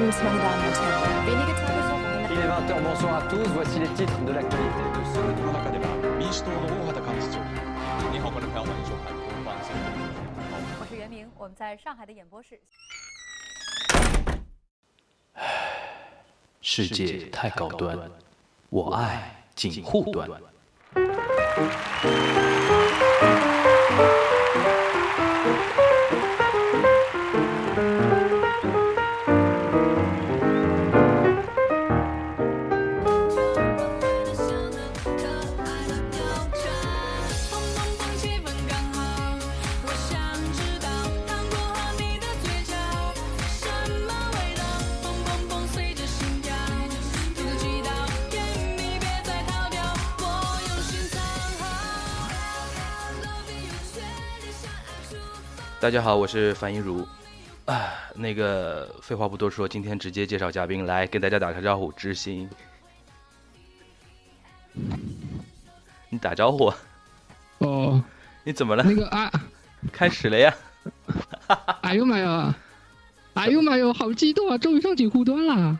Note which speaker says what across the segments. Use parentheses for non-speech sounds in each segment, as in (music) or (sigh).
Speaker 1: Miss Marida Montel. Wenige Tage vor Weihnachten.
Speaker 2: Il est 20h, bonsoir à tous. Voici les titres de l'actualité de ce
Speaker 3: この中では民主党の大畑幹事長日本語の顔は以上発行版制度
Speaker 4: 我是袁明，我们在上海的演播室。
Speaker 5: 世界太高端，我爱锦护端。大家好，我是樊一茹。啊，那个废话不多说，今天直接介绍嘉宾来跟大家打个招呼，知心。你打招呼啊，
Speaker 6: 哦，
Speaker 5: 你怎么了？
Speaker 6: 那个啊，
Speaker 5: 开始了呀？
Speaker 6: 哎呦妈呀，哎呦妈呦，好激动啊！终于上警护端啦！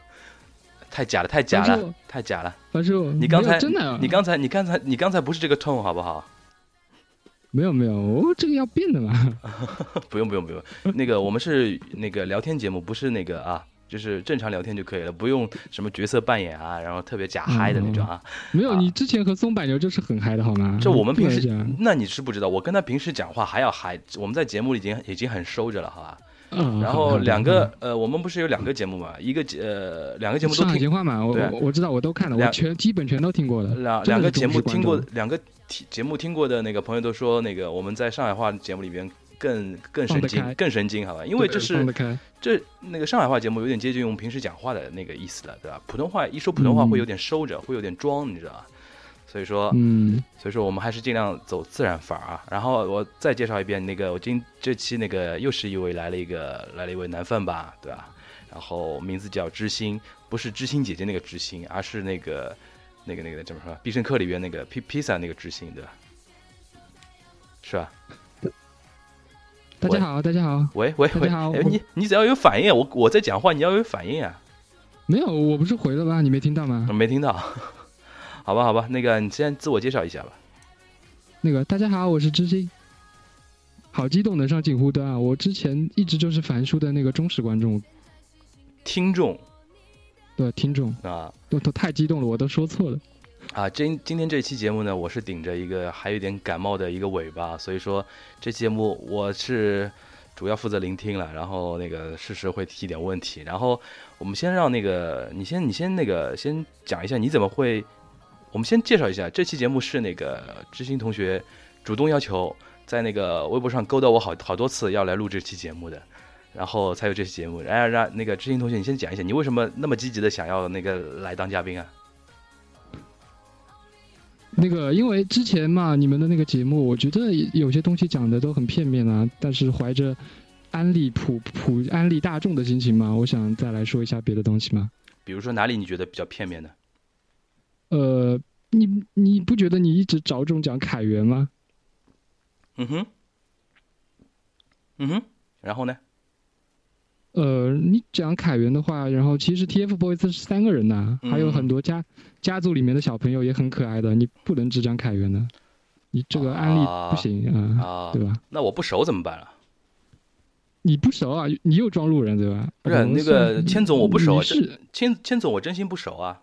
Speaker 5: 太假了，太假
Speaker 6: 不是
Speaker 5: 了
Speaker 6: 我，
Speaker 5: 太假了！
Speaker 6: 樊叔，
Speaker 5: 你刚
Speaker 6: 没
Speaker 5: 才
Speaker 6: 有真的啊
Speaker 5: 你刚才你刚才你刚才不是这个 tone 好不好？ (laughs)
Speaker 6: 没有没有，哦，这个要变的嘛？
Speaker 5: 啊不用不用不用，那个我们是那个聊天节目，不是那个啊，就是正常聊天就可以了，不用什么角色扮演啊，然后特别假嗨的那种啊。
Speaker 6: 没有，
Speaker 5: 啊
Speaker 6: 你之前和松柏牛就是很嗨的好吗？
Speaker 5: 这我们
Speaker 6: 不
Speaker 5: 平
Speaker 6: 能
Speaker 5: 时啊
Speaker 6: 这样，
Speaker 5: 那你是不知道，我跟他平时讲话还要嗨，我们在节目里已经已经很收着了，好吧？
Speaker 6: 嗯，
Speaker 5: 然
Speaker 6: 好
Speaker 5: 后
Speaker 6: 的
Speaker 5: 两个呃，我们不是有两个节目嘛，一个节呃两个节目都
Speaker 6: 上海
Speaker 5: 听
Speaker 6: 情，话嘛，我
Speaker 5: 对
Speaker 6: 我我知道，我都看了，
Speaker 5: 两
Speaker 6: 我全基本全都听过了。
Speaker 5: 两
Speaker 6: 真
Speaker 5: 两
Speaker 6: 的
Speaker 5: 个
Speaker 6: 是
Speaker 5: 节目
Speaker 6: 忠实
Speaker 5: 听过
Speaker 6: 观众，
Speaker 5: 两个听节目听过的那个朋友都说，那个我们在上海话节目里边更更
Speaker 6: 放
Speaker 5: 神
Speaker 6: 得
Speaker 5: 经，
Speaker 6: 开
Speaker 5: 更神经，好吧？因为这
Speaker 6: 对放
Speaker 5: 是啊
Speaker 6: 得开，
Speaker 5: 这那个上海话节目有点接近我们平时讲话的那个意思了，对吧？普通话一说普通话
Speaker 6: 嗯
Speaker 5: 会有点收着，会有点装，你知道吧？所以说，
Speaker 6: 嗯，
Speaker 5: 所以说我们还是尽量走自然范儿啊。然后我再介绍一遍，那个我今这期那个又是一位来了一个来了一位男饭吧，对吧？然后名字叫知心，不是知心姐姐那个知心，而是那个那个那个怎么说？必胜客里边那个披披萨那个知心，对吧？是吧？
Speaker 6: 大家好，大家好，
Speaker 5: 喂喂
Speaker 6: 大
Speaker 5: 喂，
Speaker 6: 家好
Speaker 5: 哎
Speaker 6: 我
Speaker 5: 你你只要有反应，我我在讲话，你要有反应啊！
Speaker 6: 没有，我不是回了吗？你没听到吗
Speaker 5: 我？没听到， (laughs) 好吧好吧，那个你先自我介绍一下吧。
Speaker 6: 那个大家好，我是知心，好激动能上警护端啊！我之前一直就是樊叔的那个忠实观众
Speaker 5: 听众
Speaker 6: 的听众，
Speaker 5: 啊，
Speaker 6: 我都太激动了，我都说错了。
Speaker 5: 啊，今今天这期节目呢，我是顶着一个还有点感冒的一个尾巴，所以说这期节目我是主要负责聆听了，然后那个适时会提点问题，然后我们先让那个你先你先那个先讲一下你怎么会，我们先介绍一下这期节目是那个知心同学主动要求在那个微博上勾搭我好好多次要来录这期节目的。然后才有这期节目，然后让那个知心同学，你先讲一下，你为什么那么积极的想要那个来当嘉宾啊？
Speaker 6: 那个，因为之前嘛，你们的那个节目，我觉得有些东西讲的都很片面啊，但是怀着安利普普安利大众的心情嘛，我想再来说一下别的东西嘛。
Speaker 5: 比如说哪里你觉得比较片面的？
Speaker 6: 呃，你你不觉得你一直着重讲凯源吗？
Speaker 5: 嗯哼，嗯哼，然后呢？
Speaker 6: 呃，你讲凯源的话，然后其实 TFBOYS 是三个人呐、
Speaker 5: 嗯
Speaker 6: 还有很多家家族里面的小朋友也很可爱的，你不能只讲凯源的，你这个安利不行啊，
Speaker 5: 啊，
Speaker 6: 对吧？
Speaker 5: 那我不熟怎么办啊？
Speaker 6: 你不熟啊，你又装路人对吧？
Speaker 5: 不是啊那个千总，我不熟啊，
Speaker 6: 你是
Speaker 5: 真千千总，我真心不熟啊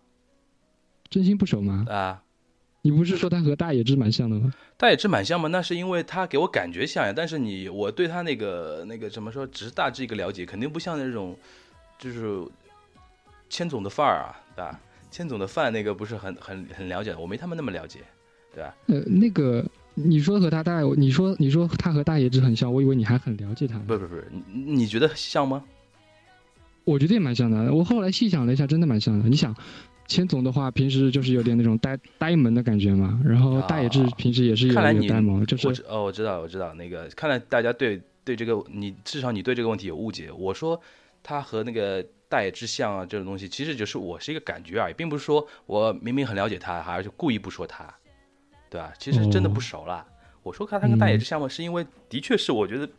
Speaker 6: 真心不熟吗？
Speaker 5: 啊！
Speaker 6: 你不是说他和大野智蛮像的吗？
Speaker 5: 大野智蛮像吗？那是因为他给我感觉像呀，但是你我对他那个那个怎么说，只是大致一个了解，肯定不像那种就是千总的范儿啊，对吧？千总的范那个不是很很很了解，我没他们那么了解，对吧？
Speaker 6: 呃，那个你说和他大，你说你说他和大野智很像，我以为你还很了解他呢。
Speaker 5: 不不不，你你觉得像吗？
Speaker 6: 我觉得也蛮像的。我后来细想了一下，真的蛮像的。你想，千总的话，平时就是有点那种呆呆萌的感觉嘛，然后
Speaker 5: 啊
Speaker 6: 大野智平时也是有
Speaker 5: 看来
Speaker 6: 点
Speaker 5: 你
Speaker 6: 呆萌，就
Speaker 5: 我
Speaker 6: 是
Speaker 5: 知哦，我知道，我知道，那个看来大家对对这个你至少你对这个问题有误解。我说他和那个大野之相啊这种东西，其实就是我是一个感觉而已，并不是说我明明很了解他，还是故意不说他，对吧？其实真
Speaker 6: 嗯
Speaker 5: 的不熟啦。我说他他跟大野之相嘛，是因为的确是我觉得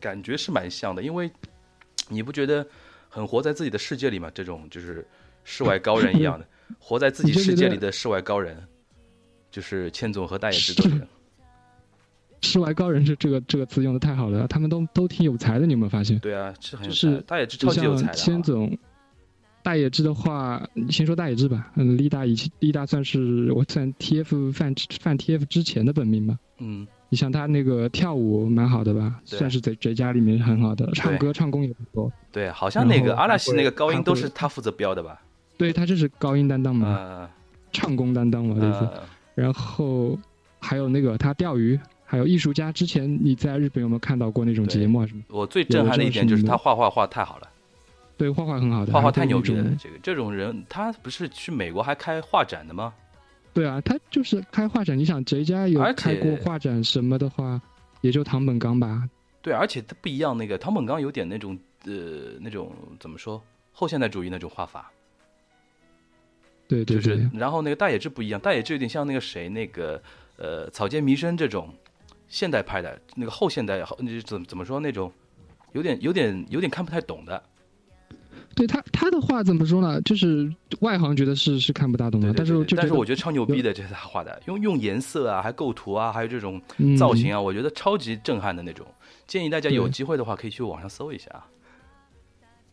Speaker 5: 感觉是蛮像的，因为你不觉得？很活在自己的世界里嘛，这种就是世外高人一样
Speaker 6: (laughs)
Speaker 5: 的，活在自己世界里的世外高人，就是千总和大野制作人。
Speaker 6: 世外高人这这个这个词用的太好了，他们都都挺有才的，你有没有发现？
Speaker 5: 对啊，是很有
Speaker 6: 就是
Speaker 5: 才，大野制
Speaker 6: 就
Speaker 5: 超级有才
Speaker 6: 像
Speaker 5: 的、啊。
Speaker 6: 千总、大野智的话，先说大野智吧。嗯，力大以前力大算是我算 TF 范范 TF 之前的本命吧。
Speaker 5: 嗯，
Speaker 6: 你像他那个跳舞蛮好的吧，
Speaker 5: 对
Speaker 6: 算是在在家里面很好的，唱歌唱功也不错。
Speaker 5: 对，好像那
Speaker 6: 然
Speaker 5: 个
Speaker 6: 后
Speaker 5: 阿拉西那个
Speaker 6: 还
Speaker 5: 高音
Speaker 6: 会
Speaker 5: 都是他负责标的吧？
Speaker 6: 对他就是高音担当嘛，
Speaker 5: 呃
Speaker 6: 唱功担当嘛，就是。
Speaker 5: 呃，
Speaker 6: 然后还有那个他钓鱼，还有艺术家。之前你在日本有没有看到过那种
Speaker 5: 对
Speaker 6: 节目啊什么？
Speaker 5: 我最震撼的一点就是他画画画太好了。
Speaker 6: 对，画画很好的，
Speaker 5: 画画
Speaker 6: 然后
Speaker 5: 太
Speaker 6: 对
Speaker 5: 牛
Speaker 6: 那
Speaker 5: 逼了
Speaker 6: 种！
Speaker 5: 这个这种人，他不是去美国还开画展的吗？
Speaker 6: 对啊，他就是开画展。你想，谁家有
Speaker 5: 而且
Speaker 6: 开过画展什么的话，也就唐本刚吧。
Speaker 5: 对，而且他不一样，那个唐本刚有点那种呃那种怎么说后现代主义那种画法，
Speaker 6: 对对
Speaker 5: 就
Speaker 6: 对，
Speaker 5: 是然后那个大野智不一样，大野智有点像那个谁那个呃草间弥生这种呃现代派的那个后现代后那怎么怎么说那种有点有点有点看不太懂的，
Speaker 6: 对他他的话怎么说呢？就是外行觉得是是看不大懂
Speaker 5: 对
Speaker 6: 的，
Speaker 5: 对
Speaker 6: 嗯但是
Speaker 5: 对
Speaker 6: 我
Speaker 5: 对
Speaker 6: 就觉
Speaker 5: 但
Speaker 6: 得
Speaker 5: 是我觉得超牛逼的，这是他画的，用用颜色啊，还构图啊，还有这种
Speaker 6: 嗯
Speaker 5: 造型啊，我觉得超级震撼的那种。建议大家有
Speaker 6: 对
Speaker 5: 机会的话，可以去网上搜一下啊。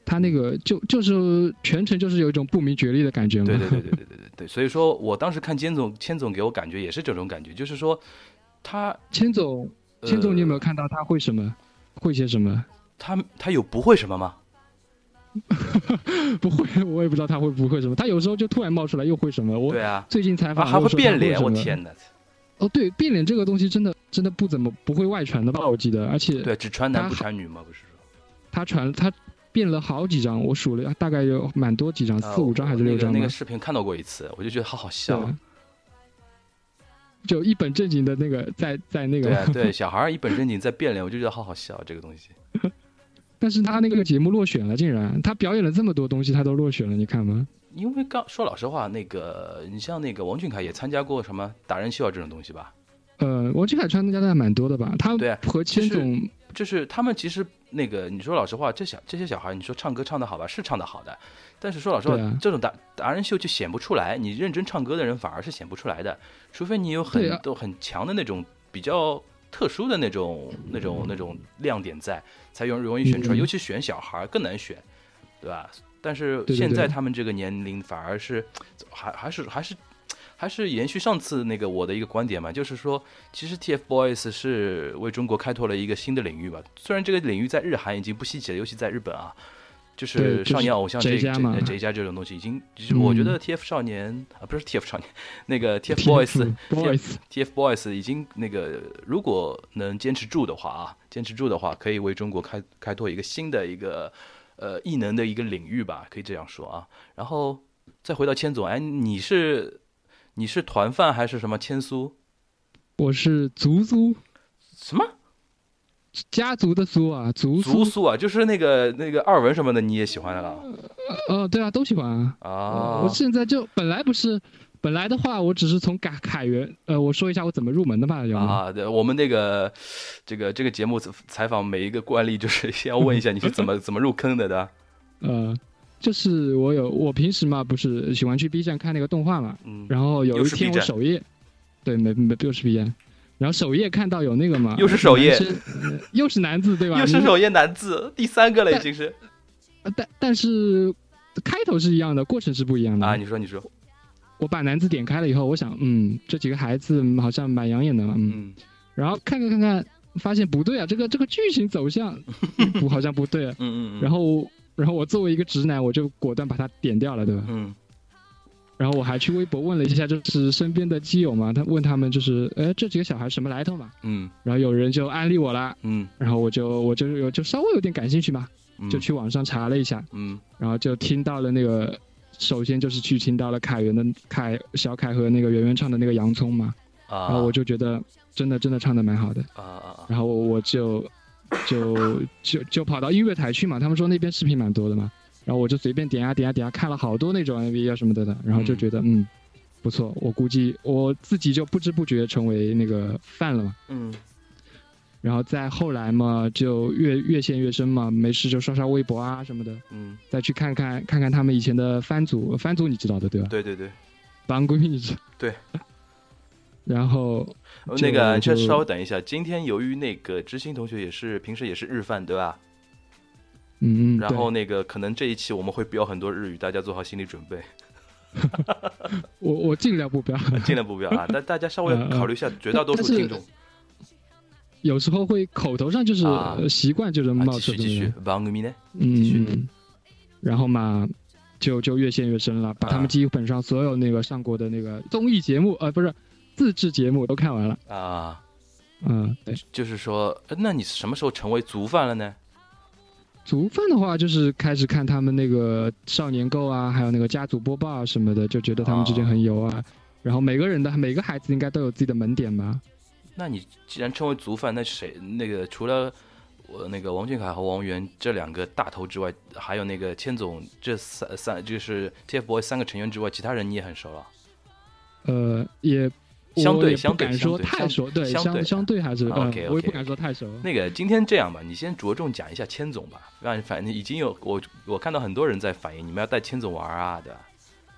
Speaker 6: 他那个就就是全程就是有一种不明觉厉的感觉嘛。
Speaker 5: 对对对对对对对对，所以说我当时看千总，千总给我感觉也是这种感觉，就是说他
Speaker 6: 千总，
Speaker 5: 呃
Speaker 6: 千总，你有没有看到他会什么？会些什么？ (laughs)
Speaker 5: 他他有不会什么吗？
Speaker 6: 不会，我也不知道他会不会什么。他有时候就突然冒出来又会什么。我
Speaker 5: 对啊，
Speaker 6: 最近采
Speaker 5: 啊
Speaker 6: 访
Speaker 5: 还
Speaker 6: 我
Speaker 5: 会
Speaker 6: 说他
Speaker 5: 变脸，
Speaker 6: 什
Speaker 5: 我
Speaker 6: 么
Speaker 5: 天哪！
Speaker 6: 哦，对，变脸这个东西真的真的不怎么不会外传的吧？我记得，而且
Speaker 5: 对，只传男
Speaker 6: 他
Speaker 5: 不传女嘛，不是说
Speaker 6: 他传他变了好几张，我数了大概有蛮多几张，
Speaker 5: 啊
Speaker 6: 嗯四五张还是
Speaker 5: 我
Speaker 6: 六
Speaker 5: 那
Speaker 6: 张
Speaker 5: 个
Speaker 6: 吧。
Speaker 5: 那个视频看到过一次，我就觉得好好笑
Speaker 6: 对
Speaker 5: 啊。
Speaker 6: 啊就一本正经的那个在在那个， (laughs)
Speaker 5: 对啊，对，小孩儿一本正经在变脸，我就觉得好好笑啊这个东西。
Speaker 6: 但是他那个节目落选了，竟然他表演了这么多东西，他都落选了，你看吗？
Speaker 5: 因为刚说老实话，那个你像那个王俊凯也参加过什么达人秀啊这种东西吧？
Speaker 6: 呃，王俊凯穿的家还蛮多的吧？他
Speaker 5: 对啊
Speaker 6: 和千总
Speaker 5: 就是他们其实那个，你说老实话，这小这些小孩，你说唱歌唱得好吧，是唱得好的，但是说老实话，
Speaker 6: 对啊
Speaker 5: 这种达达人秀就显不出来，你认真唱歌的人反而是显不出来的，除非你有很
Speaker 6: 对啊
Speaker 5: 多、很强的那种比较特殊的那种那种那种亮点在，才容容易选出来，
Speaker 6: 嗯
Speaker 5: 尤其选小孩更难选，对吧？但是
Speaker 6: 对对
Speaker 5: 现在
Speaker 6: 对
Speaker 5: 他们这个年龄反而是还还是还是还是延续上次那个我的一个观点嘛，就是说，其实 TFBOYS 是为中国开拓了一个新的领域吧。虽然这个领域在日韩已经不稀奇了，尤其在日本啊，就
Speaker 6: 对
Speaker 5: 是
Speaker 6: 就是
Speaker 5: 少年偶像这
Speaker 6: 宅家嘛嗯
Speaker 5: 这这一家这种东西，已经就是我觉得 TF 少年啊，不是 TF 少年， (laughs) 那个 TFBOYS
Speaker 6: boys
Speaker 5: TFBOYS 已经那个，如果能坚持住的话啊，坚持住的话，可以为中国开开拓一个新的一个呃异能的一个领域吧，可以这样说啊。然后再回到千总，哎，你是你是团饭还是什么千苏？
Speaker 6: 我是族苏
Speaker 5: 什么
Speaker 6: 家族的苏啊，
Speaker 5: (laughs)
Speaker 6: 族
Speaker 5: 族
Speaker 6: 苏
Speaker 5: 苏
Speaker 6: (laughs)
Speaker 5: 啊？就是那个那个二文什么的，你也喜欢的啦
Speaker 6: 呃，对啊，都喜欢啊。
Speaker 5: 啊
Speaker 6: 我？现在就本来不是，本来的话，我只是从凯凯源，呃，我说一下我怎么入门的吧，有吗？
Speaker 5: 啊，对，我们那个这个这个节目采访每一个惯例，就是先要问一下你是怎
Speaker 6: (laughs)
Speaker 5: 么怎么入坑的的？
Speaker 6: 呃，就是我有我平时嘛，不是喜欢去 B 站看那个动画嘛，
Speaker 5: 嗯，
Speaker 6: 然后有
Speaker 5: 又
Speaker 6: 一
Speaker 5: 是
Speaker 6: 天
Speaker 5: B
Speaker 6: 我
Speaker 5: 站
Speaker 6: 首页，对，没没又是 B 站，然后首页看到有那个嘛，
Speaker 5: 又是首页
Speaker 6: 男生，呃又是男字对吧？
Speaker 5: 又是首页男字，第三个了已经是。
Speaker 6: 你，但但是开头是一样的，过程是不一样的
Speaker 5: 啊，。你说你说，
Speaker 6: 我把男字点开了以后，我想，嗯，这几个孩子嗯好像蛮养眼的嘛，嗯，
Speaker 5: 嗯，
Speaker 6: 然后看看看看，发现不对啊，这个这个剧情
Speaker 5: (laughs)
Speaker 6: 走向不好像不对啊，
Speaker 5: 嗯嗯，
Speaker 6: 然
Speaker 5: 后
Speaker 6: 后然后我作为一个直男，我就果断把它点掉了，对吧？
Speaker 5: 嗯
Speaker 6: 然后我还去微博问了一下，就是身边的基友嘛，他问他们就是，哎，这几个小孩什么来头嘛？
Speaker 5: 嗯
Speaker 6: 然后有人就安利我啦，
Speaker 5: 嗯
Speaker 6: 然后我就我就有就稍微有点感兴趣嘛，
Speaker 5: 嗯，
Speaker 6: 就去网上查了一下，
Speaker 5: 嗯
Speaker 6: 然后就听到了那个，首先就是去听到了凯源的凯小凯和那个圆圆唱的那个洋葱嘛，
Speaker 5: 啊，
Speaker 6: 然后我就觉得真的真的唱的蛮好的，
Speaker 5: 啊啊啊，
Speaker 6: 然后我就就就就跑到音乐台去嘛，他们说那边视频蛮多的嘛，然后我就随便点呀啊点呀点呀，看了好多那种 MV 啊什么的的，然后就觉得嗯不错，我估计我自己就不知不觉成为那个饭了嘛。
Speaker 5: 嗯
Speaker 6: 然后再后来嘛，就越越陷越深嘛，没事就刷刷微博啊什么的，
Speaker 5: 嗯，
Speaker 6: 再去看看看看他们以前的番组，番组你知道的对吧？
Speaker 5: 对对对，
Speaker 6: 帮闺蜜你知道。
Speaker 5: 对。
Speaker 6: (laughs) 然后
Speaker 5: 呃
Speaker 6: 就
Speaker 5: 那个你先
Speaker 6: 就
Speaker 5: 稍微等一下，今天由于那个知心同学也是平时也是日饭对吧？
Speaker 6: 嗯嗯，
Speaker 5: 然
Speaker 6: 对
Speaker 5: 后那个可能这一期我们会标很多日语，大家做好心理准备，
Speaker 6: 我我尽量不标，
Speaker 5: 尽量不标
Speaker 6: (laughs)
Speaker 5: 啊，但大家稍微
Speaker 6: 嗯嗯
Speaker 5: 考虑一下，绝大多数
Speaker 6: 但是
Speaker 5: 听众
Speaker 6: 有时候会口头上就是、
Speaker 5: 啊
Speaker 6: 呃习惯就能
Speaker 5: 啊，
Speaker 6: 冒
Speaker 5: 继
Speaker 6: 出
Speaker 5: 续
Speaker 6: 这
Speaker 5: 继
Speaker 6: 种
Speaker 5: 续，王咪呢？继续
Speaker 6: 嗯嗯，然后嘛，就就越陷越深了，把他
Speaker 5: 啊
Speaker 6: 们基本上所有那个上过的那个综艺节目，呃，不是自制节目都看完了，
Speaker 5: 啊。
Speaker 6: 嗯，对。
Speaker 5: 就是说，呃那你什么时候成为足饭了呢？
Speaker 6: 足饭的话，就是开始看他们那个少年购啊，还有那个家族播报啊什么的，就觉得他们之间很油啊。然后每个人的每个孩子应该都有自己的门点吧？
Speaker 5: 那你既然称为足饭，那谁那个除了我那个王俊凯和王源这两个大头之外，还有那个千总这三三就是 TFBOYS 三个成员之外，其他人你也很熟了。
Speaker 6: 呃，也
Speaker 5: 相对
Speaker 6: 我也不
Speaker 5: 相对
Speaker 6: 敢
Speaker 5: 相
Speaker 6: 说
Speaker 5: 对
Speaker 6: 太熟，对
Speaker 5: 相对
Speaker 6: 相相对还是、
Speaker 5: 啊
Speaker 6: 呃
Speaker 5: OK，OK
Speaker 6: 我也不敢说太熟。
Speaker 5: 那个今天这样吧，你先着重讲一下千总吧。反反正已经有我我看到很多人在反映，你们要带千总玩啊对吧？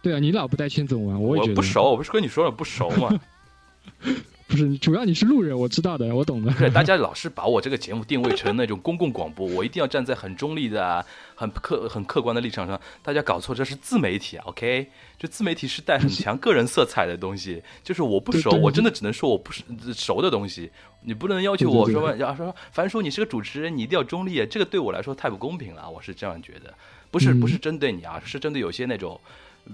Speaker 6: 对啊，你老不带千总玩，我也
Speaker 5: 我
Speaker 6: 觉得
Speaker 5: 不，熟，我不是跟你说了不熟嘛？
Speaker 6: 不是，主要你是路人，我知道的，我懂的
Speaker 5: 不。是，大家老是把我这个节目定位成那种公共广播，我一定要站在很中立的啊、很客、很客观的立场上。大家搞错，这是自媒体啊，OK？这自媒体是带很强个人色彩的东西，就是我不熟，
Speaker 6: 对对
Speaker 5: 我真的只能说我不是呃熟的东西。你不能要求我
Speaker 6: 对
Speaker 5: 说
Speaker 6: 对
Speaker 5: 吧，要说樊叔你是个主持人，你一定要中立，这个对我来说太不公平了，我是这样觉得。不是
Speaker 6: 嗯
Speaker 5: 不是针对你啊，是针对有些那种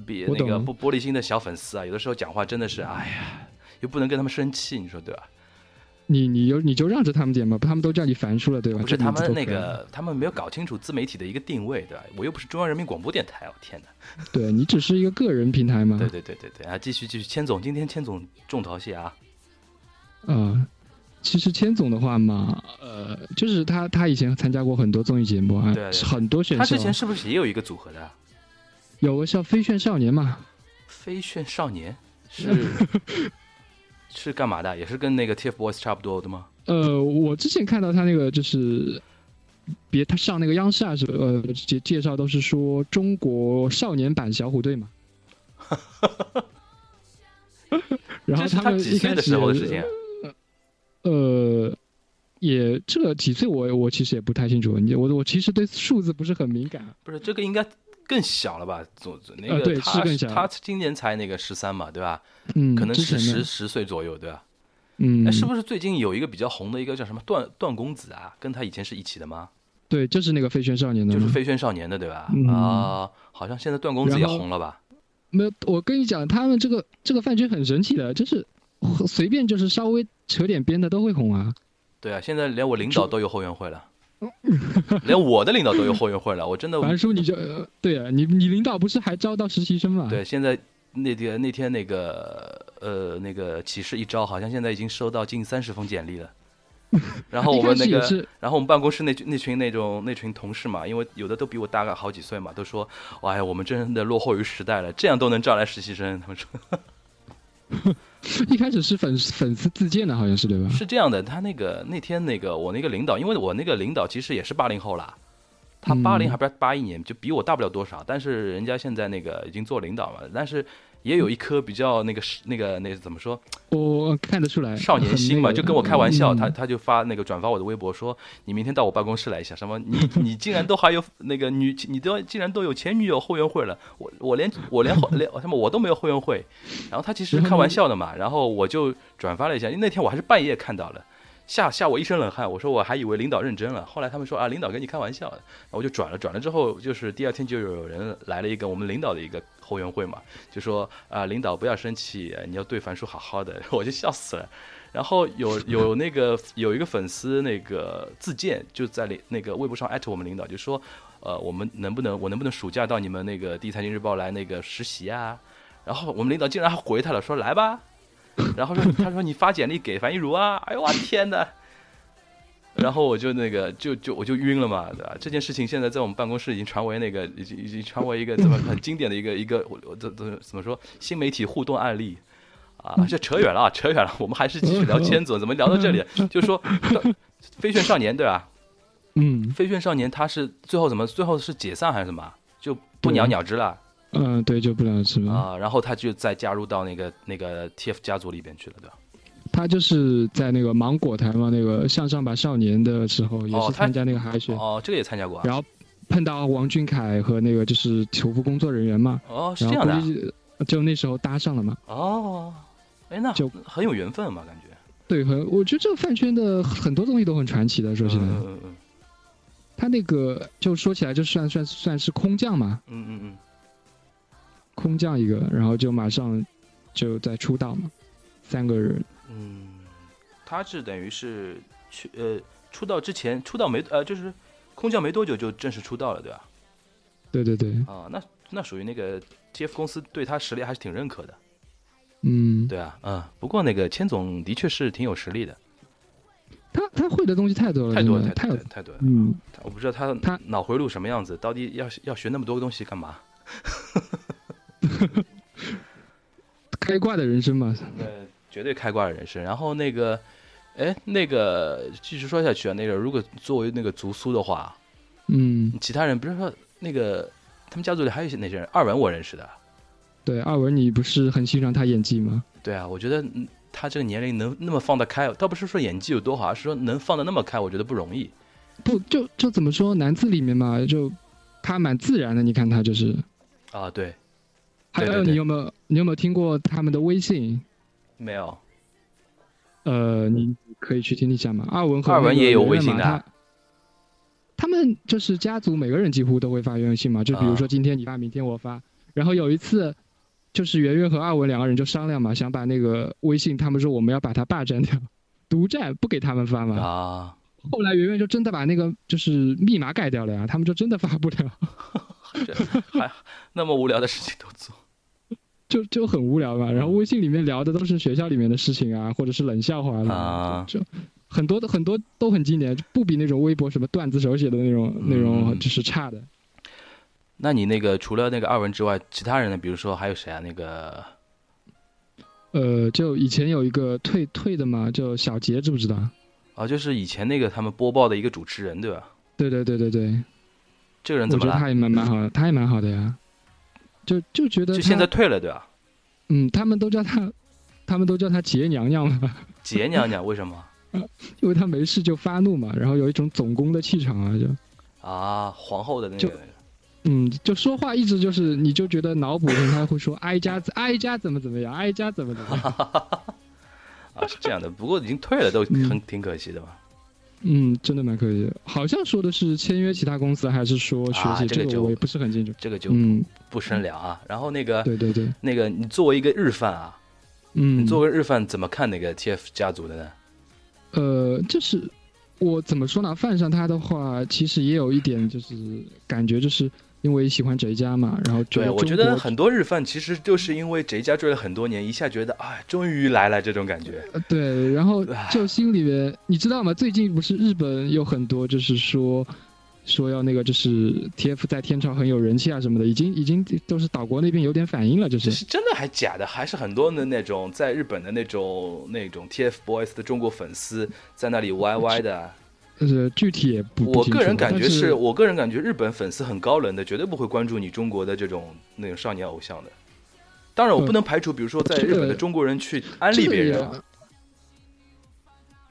Speaker 5: 比
Speaker 6: 我
Speaker 5: 那
Speaker 6: 懂
Speaker 5: 个不玻璃心的小粉丝啊，有的时候讲话真的是，哎呀，又不能跟他们生气，你说对吧？
Speaker 6: (laughs) 你你就你就让着他们点吧，他们都叫你樊叔了，对吧？
Speaker 5: 不是
Speaker 6: 这
Speaker 5: 他
Speaker 6: 名字
Speaker 5: 们
Speaker 6: 都
Speaker 5: 那
Speaker 6: 可以
Speaker 5: 个，他们没有搞清楚自媒体的一个定位，对吧？我又不是中央人民广播电台，我天哪！
Speaker 6: 对你只是一个个人平台嘛。
Speaker 5: 对对对对对啊！继续继续，千总，今天千总重头戏啊！
Speaker 6: 呃，其实千总的话嘛，呃，就是他他以前参加过很多综艺节目啊，
Speaker 5: 对啊对啊
Speaker 6: 很多选
Speaker 5: 他
Speaker 6: 秀
Speaker 5: 之
Speaker 6: 啊，
Speaker 5: 前是不是也有一个组合的啊
Speaker 6: 有个叫飞旋少年嘛，
Speaker 5: 飞旋少
Speaker 6: (laughs)
Speaker 5: 年？是是干嘛的？啊也是跟那个 TFBOYS 差不多的吗？
Speaker 6: 呃，我之前看到他那个就是。别，他上那个央视啊，什么呃介介绍都是说中国少年版小虎
Speaker 5: (laughs)
Speaker 6: 队嘛，然后
Speaker 5: 这是他
Speaker 6: 们
Speaker 5: 几
Speaker 6: 一
Speaker 5: 岁
Speaker 6: 开
Speaker 5: 的
Speaker 6: 始
Speaker 5: 时候的事情啊？
Speaker 6: 呃，也这个几岁我我其实也不太清楚，你我我其实对数字不是很敏感，啊
Speaker 5: 不是这个应该更小了吧？总总那
Speaker 6: 呃
Speaker 5: 个
Speaker 6: 对
Speaker 5: 他、
Speaker 6: 是更小
Speaker 5: 他今年才那个十三嘛，对吧？
Speaker 6: 嗯，
Speaker 5: 可能
Speaker 6: 之
Speaker 5: 是
Speaker 6: 前
Speaker 5: 十
Speaker 6: 呢，
Speaker 5: 十岁左右，对吧？哎、
Speaker 6: 嗯，
Speaker 5: 是不是最近有一个比较红的一个叫什么段段公子啊？跟他以前是一起的吗？
Speaker 6: 对，就是那个飞旋少年的
Speaker 5: 就
Speaker 6: 嘛，
Speaker 5: 是飞旋少年的对吧？啊、
Speaker 6: 嗯
Speaker 5: 好像现在段公子也
Speaker 6: 然后
Speaker 5: 红了吧？
Speaker 6: 没有，我跟你讲，他们这个这个饭圈很神奇的，就是随便就是稍微扯点边的都会红啊。
Speaker 5: 对啊，现在连我领导都有后援会了，连我的领导都有后援会了，我真
Speaker 6: (laughs)
Speaker 5: 的
Speaker 6: 樊叔，你就、呃对啊，你你领导不是还招到实习生吗？，
Speaker 5: 对现在那天那天那个呃那个启事一招，好像现在已经收到近三十封简历了。
Speaker 6: (laughs)
Speaker 5: 然后我们那
Speaker 6: 啊一
Speaker 5: 个
Speaker 6: 开始也是，
Speaker 5: 然后我们办公室那群那群那种那群同事嘛，因为有的都比我大个好几岁嘛，都说，哎呀，我们真的落后于时代了，这样都能招来实习生， (laughs) 他们说。
Speaker 6: 一开始是粉丝粉丝自荐的，好像是对吧？
Speaker 5: 是这样的，他那个那天那个我那个领导，因为我那个领导其实也是八零后啦，他
Speaker 6: 嗯
Speaker 5: 八零还不是八一年，就比我大不了多少，但是人家现在那个已经做领导嘛，但是也有一颗比较那个是那个那个怎么说
Speaker 6: 我我看得出来，
Speaker 5: 少年心嘛，
Speaker 6: (laughs) 很那个
Speaker 5: 就跟我开玩笑，
Speaker 6: 嗯
Speaker 5: 他他就发那个转发我的微博说，你明天到我办公室来一下，什么你你竟然都还有那个女，你都竟然都有前女友后援会了，我我连我连后连什么我都没有后援会，然后他其实是开玩笑的
Speaker 6: 嗯
Speaker 5: 嘛，然后我就转发了一下，因为那天我还是半夜看到了。吓吓我一身冷汗，我说我还以为领导认真了，后来他们说啊，领导跟你开玩笑的，然后我就转了，转了之后就是第二天就有人来了一个我们领导的一个后援会嘛，就说啊、领导不要生气，呃你要对樊叔好好的， (laughs) 我就笑死了。然后有 (laughs) 有那个有一个粉丝那个自荐就在里那个微博上艾特我们领导，就说，呃，我们能不能我能不能暑假到你们那个第一财经日报来那个实习啊？然后我们领导竟然还回他了，说来吧。然后说他说你发简历给樊一茹啊，哎呦我天哪！然后我就那个就就我就晕了嘛，对吧？这件事情现在在我们办公室已经传为那个已经已经传为一个怎么很经典的一个一个我我怎怎怎么说新媒体互动案例。啊，这扯远了啊，扯远了，我们还是继续聊千总，怎么聊到这里？啊就是说，飞旋少年对吧？
Speaker 6: 嗯
Speaker 5: 飞旋少年他是最后怎么？最后是解散还是什么啊？就不
Speaker 6: 对
Speaker 5: 鸟鸟之了
Speaker 6: 嗯、呃对，就不了吃了。
Speaker 5: 啊，然后他就再加入到那个那个 TF 家族里边去了，对吧？
Speaker 6: 他就是在那个芒果台嘛，那个向上吧少年的时候，也
Speaker 5: 哦
Speaker 6: 是
Speaker 5: 他
Speaker 6: 参加那个海选，
Speaker 5: 哦，这个也参加过啊。
Speaker 6: 然后碰到王俊凯和那个就是球服工作人员嘛，
Speaker 5: 哦，是
Speaker 6: 然
Speaker 5: 这
Speaker 6: 后
Speaker 5: 样的啊
Speaker 6: 估计就那时候搭上了嘛。
Speaker 5: 哦，哎，那
Speaker 6: 就
Speaker 5: 很有缘分嘛，感觉。
Speaker 6: 对，很，我觉得这个饭圈的很多东西都很传奇的，说起来，
Speaker 5: 嗯嗯嗯
Speaker 6: 他那个就说起来就算算算是空降嘛，
Speaker 5: 嗯嗯嗯，
Speaker 6: 空降一个，然后就马上就在出道嘛，三个人，
Speaker 5: 嗯，他是等于是去呃出道之前出道没呃就是空降没多久就正式出道了，对吧？
Speaker 6: 对对对，
Speaker 5: 啊，那那属于那个 TF 公司对他实力还是挺认可的，
Speaker 6: 嗯，
Speaker 5: 对啊，嗯，不过那个千总的确是挺有实力的，
Speaker 6: 他他会的东西太多了，
Speaker 5: 太多了，
Speaker 6: 真的
Speaker 5: 太
Speaker 6: 太
Speaker 5: 多
Speaker 6: 有
Speaker 5: 了，，太多了。
Speaker 6: 嗯，
Speaker 5: 他我不知道他
Speaker 6: 他
Speaker 5: 脑回路什么样子，到底要要学那么多东西干嘛？
Speaker 6: 开挂的人生嘛，
Speaker 5: 呃，绝对开挂的人生。然后那个，哎，那个继续说下去啊，那个如果作为那个族苏的话，
Speaker 6: 嗯，
Speaker 5: 其他人比如说那个他们家族里还有一些那些人，二文我认识的，
Speaker 6: 对，二文你不是很欣赏他演技吗？
Speaker 5: 对啊，我觉得嗯他这个年龄能那么放得开，倒不是说演技有多好，而是说能放得那么开，我觉得不容易。
Speaker 6: 不，就就怎么说，男字里面嘛，就他蛮自然的，你看他就是，
Speaker 5: 啊，对，
Speaker 6: 还
Speaker 5: 对对
Speaker 6: 有
Speaker 5: 对
Speaker 6: 你有没有你有没有听过他们的微信？
Speaker 5: 没有，
Speaker 6: 呃，你可以去听一下嘛。二文和
Speaker 5: 二文
Speaker 6: 那个
Speaker 5: 也有
Speaker 6: 圆
Speaker 5: 微
Speaker 6: 圆
Speaker 5: 信
Speaker 6: 嘛
Speaker 5: 的啊
Speaker 6: 他他们就是家族每个人几乎都会发微信嘛，就
Speaker 5: 啊
Speaker 6: 比如说今天你发，明天我发。然后有一次，就是圆圆和二文两个人就商量嘛，想把那个微信，他们说我们要把它霸占掉，独占不给他们发嘛。
Speaker 5: 啊，
Speaker 6: 后来圆圆就真的把那个就是密码改掉了呀，他们就真的发不了， (laughs)
Speaker 5: 这还那么无聊的事情都做。
Speaker 6: 就就很无聊嘛。然后微信里面聊的都是学校里面的事情啊，或者是冷笑话啦
Speaker 5: 啊
Speaker 6: 就就很多的很多都很经典，不比那种微博什么段子手写的那
Speaker 5: 嗯
Speaker 6: 种、那种就是差的。
Speaker 5: 那你那个除了那个二文之外，其他人呢？比如说还有谁啊？那个
Speaker 6: 呃，就以前有一个退退的嘛，就小杰，知不知道？
Speaker 5: 啊，就是以前那个他们播报的一个主持人，对吧？
Speaker 6: 对对对对对，
Speaker 5: 这个人
Speaker 6: 我
Speaker 5: 怎
Speaker 6: 觉
Speaker 5: 么
Speaker 6: 得
Speaker 5: 了？
Speaker 6: 他也蛮蛮好
Speaker 5: (laughs)
Speaker 6: 的，他也蛮好的呀。就就觉得
Speaker 5: 就
Speaker 6: 他
Speaker 5: 现在，退了，对吧？
Speaker 6: 嗯，他们都叫他，他们都叫他杰娘娘嘛，
Speaker 5: 杰娘娘为什么
Speaker 6: (laughs) 因为他没事就发怒嘛，然后有一种总攻的气场啊，就
Speaker 5: 啊？皇后的那
Speaker 6: (laughs) 就
Speaker 5: 个
Speaker 6: 嗯，就说话一直就是，你就觉得脑补成他会说哀家哀家怎么怎么样，哀家怎么怎么样，
Speaker 5: 啊，是这样的。不过已经退了，都
Speaker 6: 嗯
Speaker 5: 很挺可惜的嘛。
Speaker 6: 嗯，真的蛮可惜的。好像说的是签约其他公司，还是说学
Speaker 5: 啊
Speaker 6: 姐？
Speaker 5: 这个
Speaker 6: 个
Speaker 5: 就
Speaker 6: 我也不是很清楚。
Speaker 5: 这个就
Speaker 6: 嗯，
Speaker 5: 不深聊啊。然后那个
Speaker 6: 对对对，
Speaker 5: 那个，你作为一个日饭啊，
Speaker 6: 嗯，
Speaker 5: 你作为日饭怎么看那个 TF 家族的呢？
Speaker 6: 呃，就是我怎么说呢？犯上他的话，其实也有一点，就是感觉就是因为喜欢谁家嘛，然后
Speaker 5: 对，
Speaker 6: 得
Speaker 5: 我觉
Speaker 6: 中
Speaker 5: 得
Speaker 6: 国
Speaker 5: 很多日饭其实就是因为这家追了很多年，一下觉得啊，终于来了这种感觉。
Speaker 6: 呃对，然后
Speaker 5: 唉
Speaker 6: 就心里面，你知道吗？最近不是日本有很多就是说。说要那个就是 T F 在天朝很有人气啊什么的，已经已经都是岛国那边有点反应了，就
Speaker 5: 这
Speaker 6: 是
Speaker 5: 是真的还假的？还是很多的那种在日本的那种那种 TFBOYS 的中国粉丝在那里 YY 的啊。
Speaker 6: 呃具体也不不
Speaker 5: 我
Speaker 6: 清
Speaker 5: 个人
Speaker 6: 楚
Speaker 5: 感
Speaker 6: 但
Speaker 5: 觉
Speaker 6: 是
Speaker 5: 是，我个人感觉日本粉丝很高冷的，绝对不会关注你中国的这种那种少年偶像的。当然，我不能排除，比如说在
Speaker 6: 这
Speaker 5: 日本
Speaker 6: 个
Speaker 5: 的中国人去安
Speaker 6: 这
Speaker 5: 利
Speaker 6: 个
Speaker 5: 别
Speaker 6: 也
Speaker 5: 人啊，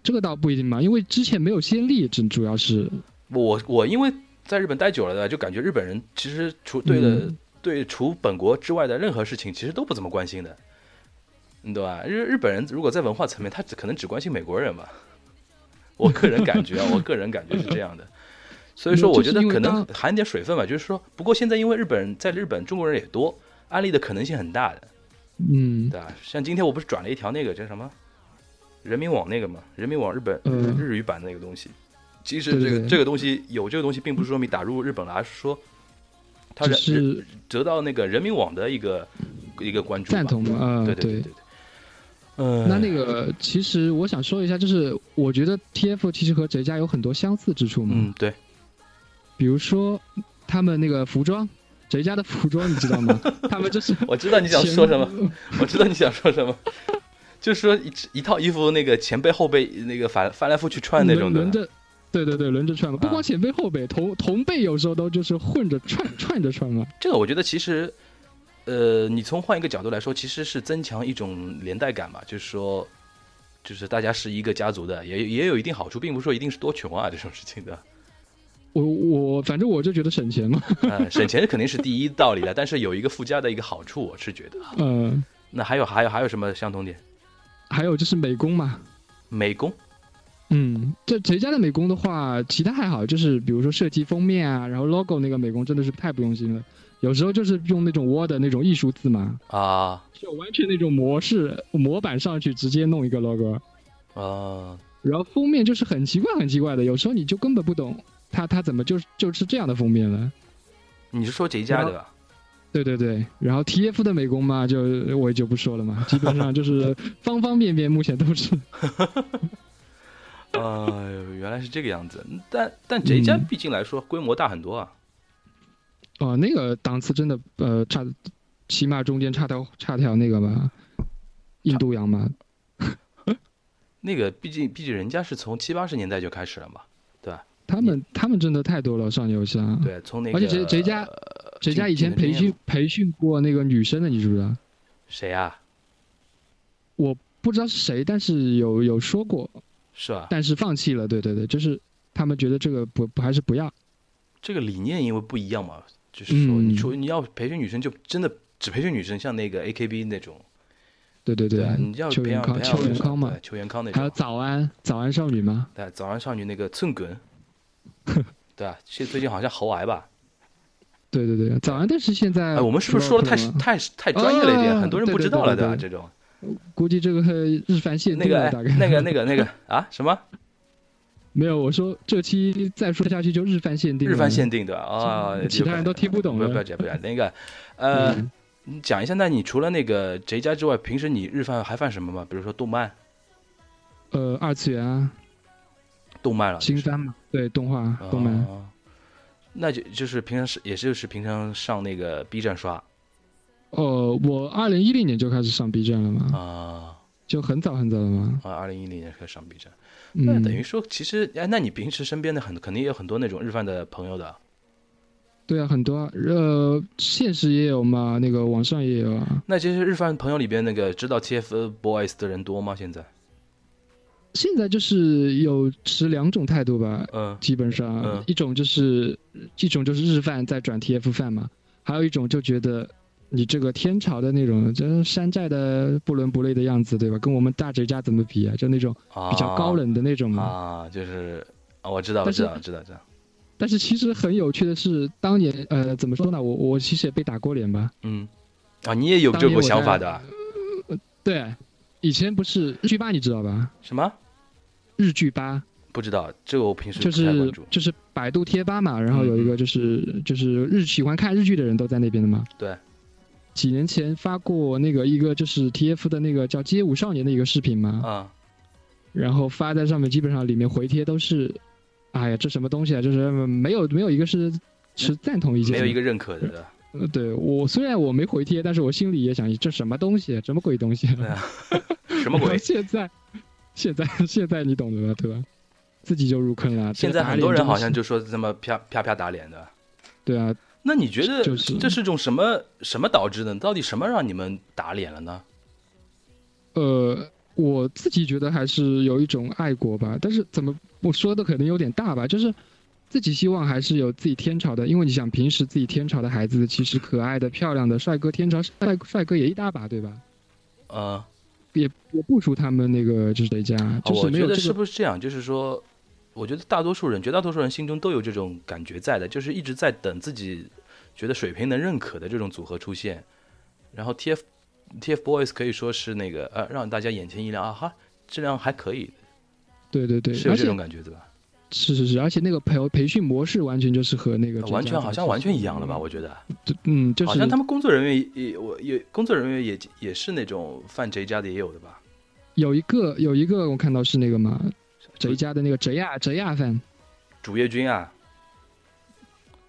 Speaker 6: 这个倒不一定嘛，因为之前没有先例，主主要是
Speaker 5: 我我因为在日本待久了的，就感觉日本人其实除对的
Speaker 6: 嗯
Speaker 5: 对除本国之外的任何事情，其实都不怎么关心的，你懂吧？日日本人如果在文化层面，他只可能只关心美国人吧。我个人感觉啊，我个人感觉是这样的。所以说，
Speaker 6: 没有
Speaker 5: 我觉得
Speaker 6: 就是因为
Speaker 5: 可能
Speaker 6: 当
Speaker 5: 含点水分吧，就是说，不过现在因为日本人在日本中国人也多，安利的可能性很大的，
Speaker 6: 嗯
Speaker 5: 对吧？像今天我不是转了一条那个叫什么人民网那个嘛，人民网日本
Speaker 6: 嗯
Speaker 5: 日语版的那个东西。其实
Speaker 6: 对
Speaker 5: 这
Speaker 6: 对
Speaker 5: 个
Speaker 6: 对
Speaker 5: 这个东西有这个东西，并不是说明打入日本了，而是说他
Speaker 6: 只
Speaker 5: 人人
Speaker 6: 是
Speaker 5: 得到那个人民网的一个一个关注吧，
Speaker 6: 赞同嘛，呃
Speaker 5: 对对对对。嗯，
Speaker 6: 那那个，其实我想说一下，就是我觉得 T F 其实和谁家有很多相似之处嘛，
Speaker 5: 嗯对，
Speaker 6: 比如说他们那个服装，谁家的服装你知道吗？他们就是 (laughs)
Speaker 5: 我知道你想说什么，我知道你想说什么。 (laughs) 就是说一一套衣服，那个前背后背那个反翻来覆去穿那种的啊
Speaker 6: 轮。着，对对对，轮着串嘛，不光前背后背，同同辈有时候都就是混着 (laughs) 串串着串嘛。
Speaker 5: 这个我觉得其实，呃，你从换一个角度来说，其实是增强一种连带感吧，就是说，就是大家是一个家族的，也也有一定好处，并不是说一定是多穷啊这种事情的。 (laughs)
Speaker 6: 我我反正我就觉得省钱嘛，
Speaker 5: 嗯，省钱肯定是第一道理的，但是有一个附加的一个好处，我是觉得。
Speaker 6: 呃，
Speaker 5: 那还有还有还有什么相同点？
Speaker 6: 还有就是美工嘛，
Speaker 5: 美工，
Speaker 6: 嗯，这谁家的美工的话，其他还好，就是比如说设计封面啊，然后 logo 那个美工真的是太不用心了，有时候就是用那种 Word 那种艺术字嘛，
Speaker 5: 啊
Speaker 6: 就完全那种模式模板上去直接弄一个 logo，
Speaker 5: 啊
Speaker 6: 然后封面就是很奇怪很奇怪的，有时候你就根本不懂它它怎么就就是这样的封面了。
Speaker 5: 你是说谁家的吧？
Speaker 6: 对对对，然后 T F 的美工嘛，就我也就不说了嘛，基本上就是方方面面，目前都是
Speaker 5: 呃，原来是这个样子。但但谁家
Speaker 6: 嗯
Speaker 5: 毕竟来说规模大很多啊。
Speaker 6: 哦，那个档次真的呃差，起码中间差条差条那个吧，印度洋嘛，
Speaker 5: 那个毕竟毕竟人家是从七八十年代就开始了嘛。
Speaker 6: 他们他们真的太多了，上游下。，
Speaker 5: 对，从那个
Speaker 6: 而且谁谁家
Speaker 5: 呃
Speaker 6: 谁家
Speaker 5: 进
Speaker 6: 以
Speaker 5: 进
Speaker 6: 前
Speaker 5: 的
Speaker 6: 培
Speaker 5: 经验
Speaker 6: 训培训过那个女生的，你知不知道？
Speaker 5: 谁啊？
Speaker 6: 我不知道是谁，但是有有说过，
Speaker 5: 啊是吧？
Speaker 6: 但是放弃了。对对对，就是他们觉得这个不不还是不要。
Speaker 5: 这个理念因为不一样嘛，就是说
Speaker 6: 嗯
Speaker 5: 你说你要培训女生，就真的只培训女生，像那个 AKB 那种，
Speaker 6: 对对
Speaker 5: 啊你要
Speaker 6: 邱
Speaker 5: 培
Speaker 6: 元
Speaker 5: 养
Speaker 6: 康，
Speaker 5: 培养
Speaker 6: 邱元康嘛
Speaker 5: 对，邱元康那
Speaker 6: 还有
Speaker 5: 种，
Speaker 6: 早安早安少女嘛，
Speaker 5: 对，早上少女那个寸
Speaker 6: (laughs)
Speaker 5: 滚，对啊，现最近好像喉癌吧？
Speaker 6: 对对对，早安。但嗯是现在
Speaker 5: 哎，我们是不是说的太
Speaker 6: develop 了
Speaker 5: 太太专业了一点？
Speaker 6: 啊
Speaker 5: 很多人不
Speaker 6: 对对
Speaker 5: 知道了，
Speaker 6: 对
Speaker 5: 吧？这
Speaker 6: 对
Speaker 5: 种
Speaker 6: 估计这个 (laughs) 日繁蟹
Speaker 5: 那
Speaker 6: 定
Speaker 5: 个
Speaker 6: 了，
Speaker 5: 哎
Speaker 6: 大概
Speaker 5: 那个那个那
Speaker 6: (laughs)
Speaker 5: 个啊什么
Speaker 6: 没有，我说这期再说下去就日番限定了，
Speaker 5: 日番限定对吧？啊，
Speaker 6: 其其他人都听不懂
Speaker 5: 不要
Speaker 6: 了
Speaker 5: 不要讲不要讲那个呃，
Speaker 6: 嗯
Speaker 5: 你讲一下，那你除了那个宅家之外，平时你日饭还犯什么吗？比如说动漫，
Speaker 6: 呃二次元啊，
Speaker 5: 动漫了，
Speaker 6: 新番嘛，对动画动漫，
Speaker 5: 啊那就就是平常是，也就是平常上那个 B 站刷
Speaker 6: 呃，我二零一零年就开始上 B 站了嘛，
Speaker 5: 啊
Speaker 6: 就很早很早了嘛，
Speaker 5: 啊！二零一零年开始上 B 站，那
Speaker 6: 嗯，
Speaker 5: 等于说其实哎，那你平时身边的很肯定也有很多那种日饭的朋友的啊。
Speaker 6: 对啊，很多啊，呃，现实也有嘛，那个网上也有啊，
Speaker 5: 那这些日饭朋友里边，那个知道 TFBOYS 的人多吗？现在？
Speaker 6: 现在就是有持两种态度吧，
Speaker 5: 嗯
Speaker 6: 基本上、
Speaker 5: 嗯
Speaker 6: 一种就是一种就是日饭再转 TF 饭嘛，还有一种就觉得你这个天朝的那种，这山寨的不伦不类的样子，对吧？跟我们大宅家怎么比啊？就那种
Speaker 5: 啊，
Speaker 6: 比较高冷的那种嘛。
Speaker 5: 啊，就是啊，我知道，我
Speaker 6: 但是
Speaker 5: 知道，知道，知道。
Speaker 6: 但是其实很有趣的是，当年呃怎么说呢？我我其实也被打过脸吧。
Speaker 5: 嗯，啊，你也有这股想法的啊？
Speaker 6: 对，以前不是日剧吧，你知道吧？
Speaker 5: 什么？
Speaker 6: 日剧吧
Speaker 5: 不知道，这个我平时
Speaker 6: 就
Speaker 5: 不太
Speaker 6: 是
Speaker 5: 关注。嗯
Speaker 6: 就是百度贴吧嘛，然后有一个就是、就是日喜欢看日剧的人都在那边的嘛。
Speaker 5: 对，
Speaker 6: 几年前发过那个一个就是 T F 的那个叫《街舞少年》的一个视频嘛，
Speaker 5: 啊
Speaker 6: 然后发在上面，基本上里面回贴都是，哎呀，这什么东西啊？就是没有没有一个是是赞同意见的，
Speaker 5: 没有一个认可的，对吧？
Speaker 6: 呃。对我虽然我没回贴，但是我心里也想，这什么东西啊，什么鬼东西啊？？
Speaker 5: 对啊，什么鬼
Speaker 6: 现在，现在，现在你懂的吧？对吧？自己就入坑了。
Speaker 5: 现
Speaker 6: 这
Speaker 5: 在
Speaker 6: 打
Speaker 5: 很多
Speaker 6: 脸
Speaker 5: 人
Speaker 6: 真的
Speaker 5: 好
Speaker 6: 是
Speaker 5: 像就说这么啪啪啪打脸的。
Speaker 6: 对啊，
Speaker 5: 那你觉得
Speaker 6: 就是
Speaker 5: 这是种什么什么导致的？到底什么让你们打脸了呢？
Speaker 6: 呃，我自己觉得还是有一种爱国吧，但是怎么我说的可能有点大吧，就是自己希望还是有自己天朝的，因为你想平时自己天朝的孩子，其实可爱的、漂亮的帅哥，天朝帅帅哥也一大把，对吧？
Speaker 5: 呃，
Speaker 6: 也也不输他们那个就是谁家，
Speaker 5: 啊
Speaker 6: 就是
Speaker 5: 我
Speaker 6: 没
Speaker 5: 觉
Speaker 6: 有
Speaker 5: 得
Speaker 6: 这
Speaker 5: 是
Speaker 6: 个，
Speaker 5: 不是这样？就是说，我觉得大多数人，绝大多数人心中都有这种感觉在的，就是一直在等自己觉得水平能认可的这种组合出现。然后 TF TFBOYS 可以说是那个呃，让大家眼前一亮啊哈，质量还可以，
Speaker 6: 对对对，
Speaker 5: 是有
Speaker 6: 而
Speaker 5: 这
Speaker 6: 且
Speaker 5: 种感觉对吧？
Speaker 6: 是是是，而且那个培培训模式完全就是和那个
Speaker 5: 完全好像完全一样了
Speaker 6: 了
Speaker 5: 吧？我觉得。
Speaker 6: 嗯，就是
Speaker 5: 好像他们工作人员也也我也工作人员也也是那种犯贼家的也有的吧？
Speaker 6: 有一个有一个我看到是那个嘛，谁家的那个谁亚谁亚饭。
Speaker 5: 主业军啊，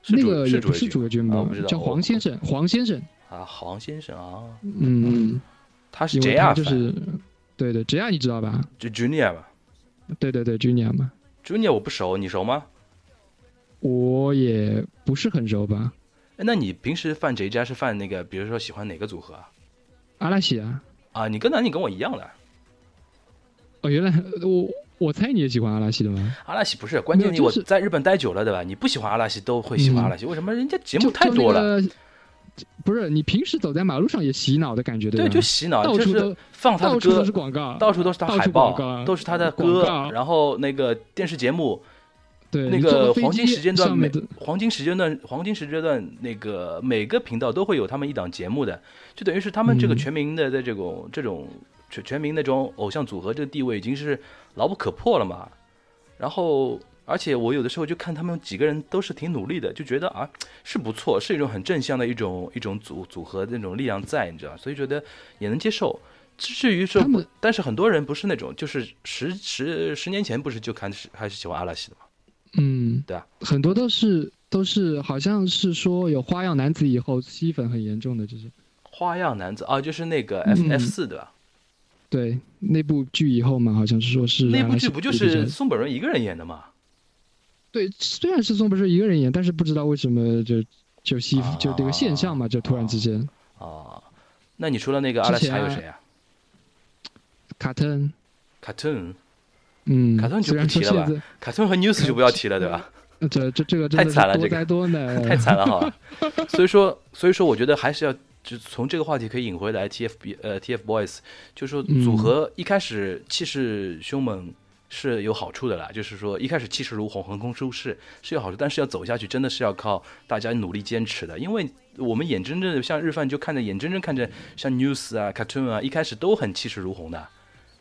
Speaker 5: 是
Speaker 6: 那
Speaker 5: 主
Speaker 6: 个也不
Speaker 5: 是
Speaker 6: 是
Speaker 5: 主
Speaker 6: 主
Speaker 5: 业军
Speaker 6: 角君
Speaker 5: 吗？哦
Speaker 6: 吧？
Speaker 5: 我不知道
Speaker 6: 叫
Speaker 5: 我
Speaker 6: 黄先生，黄先生，
Speaker 5: 啊，黄先生啊，
Speaker 6: 嗯，
Speaker 5: 他是
Speaker 6: 因
Speaker 5: 贼
Speaker 6: 为
Speaker 5: 啊，
Speaker 6: 他就是，对对，只要你知道吧？
Speaker 5: 就 Junior 吧
Speaker 6: 对对对，Junior 嘛，
Speaker 5: ，Junior 我不熟，你熟吗？
Speaker 6: 我也不是很熟吧？
Speaker 5: 哎那你平时犯谁家是犯那个，比如说喜欢哪个组合啊？
Speaker 6: 阿拉西啊，
Speaker 5: 啊，你跟男你跟我一样的，
Speaker 6: 哦，原来我我猜你也喜欢阿拉西的吗？
Speaker 5: 阿拉西不是关键，
Speaker 6: 没
Speaker 5: 你
Speaker 6: 有
Speaker 5: 我
Speaker 6: 就是嗯
Speaker 5: 在日本待久了，对吧？你不喜欢阿拉西都会喜欢阿拉西，为什么？人家节
Speaker 6: 就
Speaker 5: 目太多了，。
Speaker 6: 就那个不是你平时走在马路上也洗脑的感觉
Speaker 5: 对，
Speaker 6: 吧？
Speaker 5: 就洗脑，
Speaker 6: 到
Speaker 5: 就
Speaker 6: 处
Speaker 5: 是
Speaker 6: 都
Speaker 5: 放他
Speaker 6: 到
Speaker 5: 的
Speaker 6: 处都
Speaker 5: 歌
Speaker 6: 是，广告，
Speaker 5: 到处都是他
Speaker 6: 到
Speaker 5: 海
Speaker 6: 处
Speaker 5: 报
Speaker 6: 广告，
Speaker 5: 都是他的
Speaker 6: 广
Speaker 5: 歌
Speaker 6: 告，
Speaker 5: 然后那个电视节目，
Speaker 6: 对
Speaker 5: 那
Speaker 6: 你坐
Speaker 5: 个
Speaker 6: 到飞
Speaker 5: 黄金
Speaker 6: 机
Speaker 5: 时间段
Speaker 6: 上
Speaker 5: 每
Speaker 6: 面的
Speaker 5: 黄金时间段黄金时间段那个每个频道都会有他们一档节目的，就等于是他们这个
Speaker 6: 嗯
Speaker 5: 全民的的这种这种全全民那种偶像组合这个地位已经是牢不可破了嘛。然后，而且我有的时候就看他们几个人都是挺努力的，就觉得啊是不错，是一种很正向的一种一种组组合的那种力量在，你知道，所以觉得也能接受。至于说
Speaker 6: 他们，
Speaker 5: 但是很多人不是那种，就是十十十年前不是就开始还是喜欢阿拉西的嘛？
Speaker 6: 嗯，
Speaker 5: 对啊，
Speaker 6: 很多都是都是好像是说有花样男子以后吸粉很严重的，就是
Speaker 5: 花样男子啊，就是那个 F
Speaker 6: 嗯
Speaker 5: F 四对吧？
Speaker 6: 对那部剧以后嘛，好像是说是
Speaker 5: 那部
Speaker 6: 阿拉
Speaker 5: 剧
Speaker 6: 西
Speaker 5: 不就
Speaker 6: 比较
Speaker 5: 是宋本润一个人演的吗？
Speaker 6: 对，虽然是宋不是一个人演，但是不知道为什么就就吸
Speaker 5: 啊
Speaker 6: 就这个现象嘛，就突然之间
Speaker 5: 啊，那你除了那个阿拉西还有谁啊？
Speaker 6: 卡特恩，
Speaker 5: 卡顿，
Speaker 6: 嗯，
Speaker 5: 卡特恩就
Speaker 6: 虽
Speaker 5: 不
Speaker 6: 然
Speaker 5: 提
Speaker 6: 说
Speaker 5: 了吧
Speaker 6: 现在
Speaker 5: 卡顿和 News 就不要提了，对吧？
Speaker 6: 呃这这这个
Speaker 5: 太
Speaker 6: 真的
Speaker 5: 惨了
Speaker 6: 是多
Speaker 5: 这个
Speaker 6: 灾多
Speaker 5: (laughs)
Speaker 6: 难，
Speaker 5: 太惨了，好
Speaker 6: (laughs)
Speaker 5: 吧。所以说，所以说，我觉得还是要就从这个话题可以引回来 TFB 呃 TFBOYS，就是说
Speaker 6: 嗯
Speaker 5: 组合一开始气势凶猛是有好处的啦，就是说一开始气势如虹，横空出世是有好处，但是要走下去真的是要靠大家努力坚持的，因为我们眼睁睁的像日饭就看着眼睁睁看着像 News 啊、Cartoon 啊，一开始都很气势如虹的。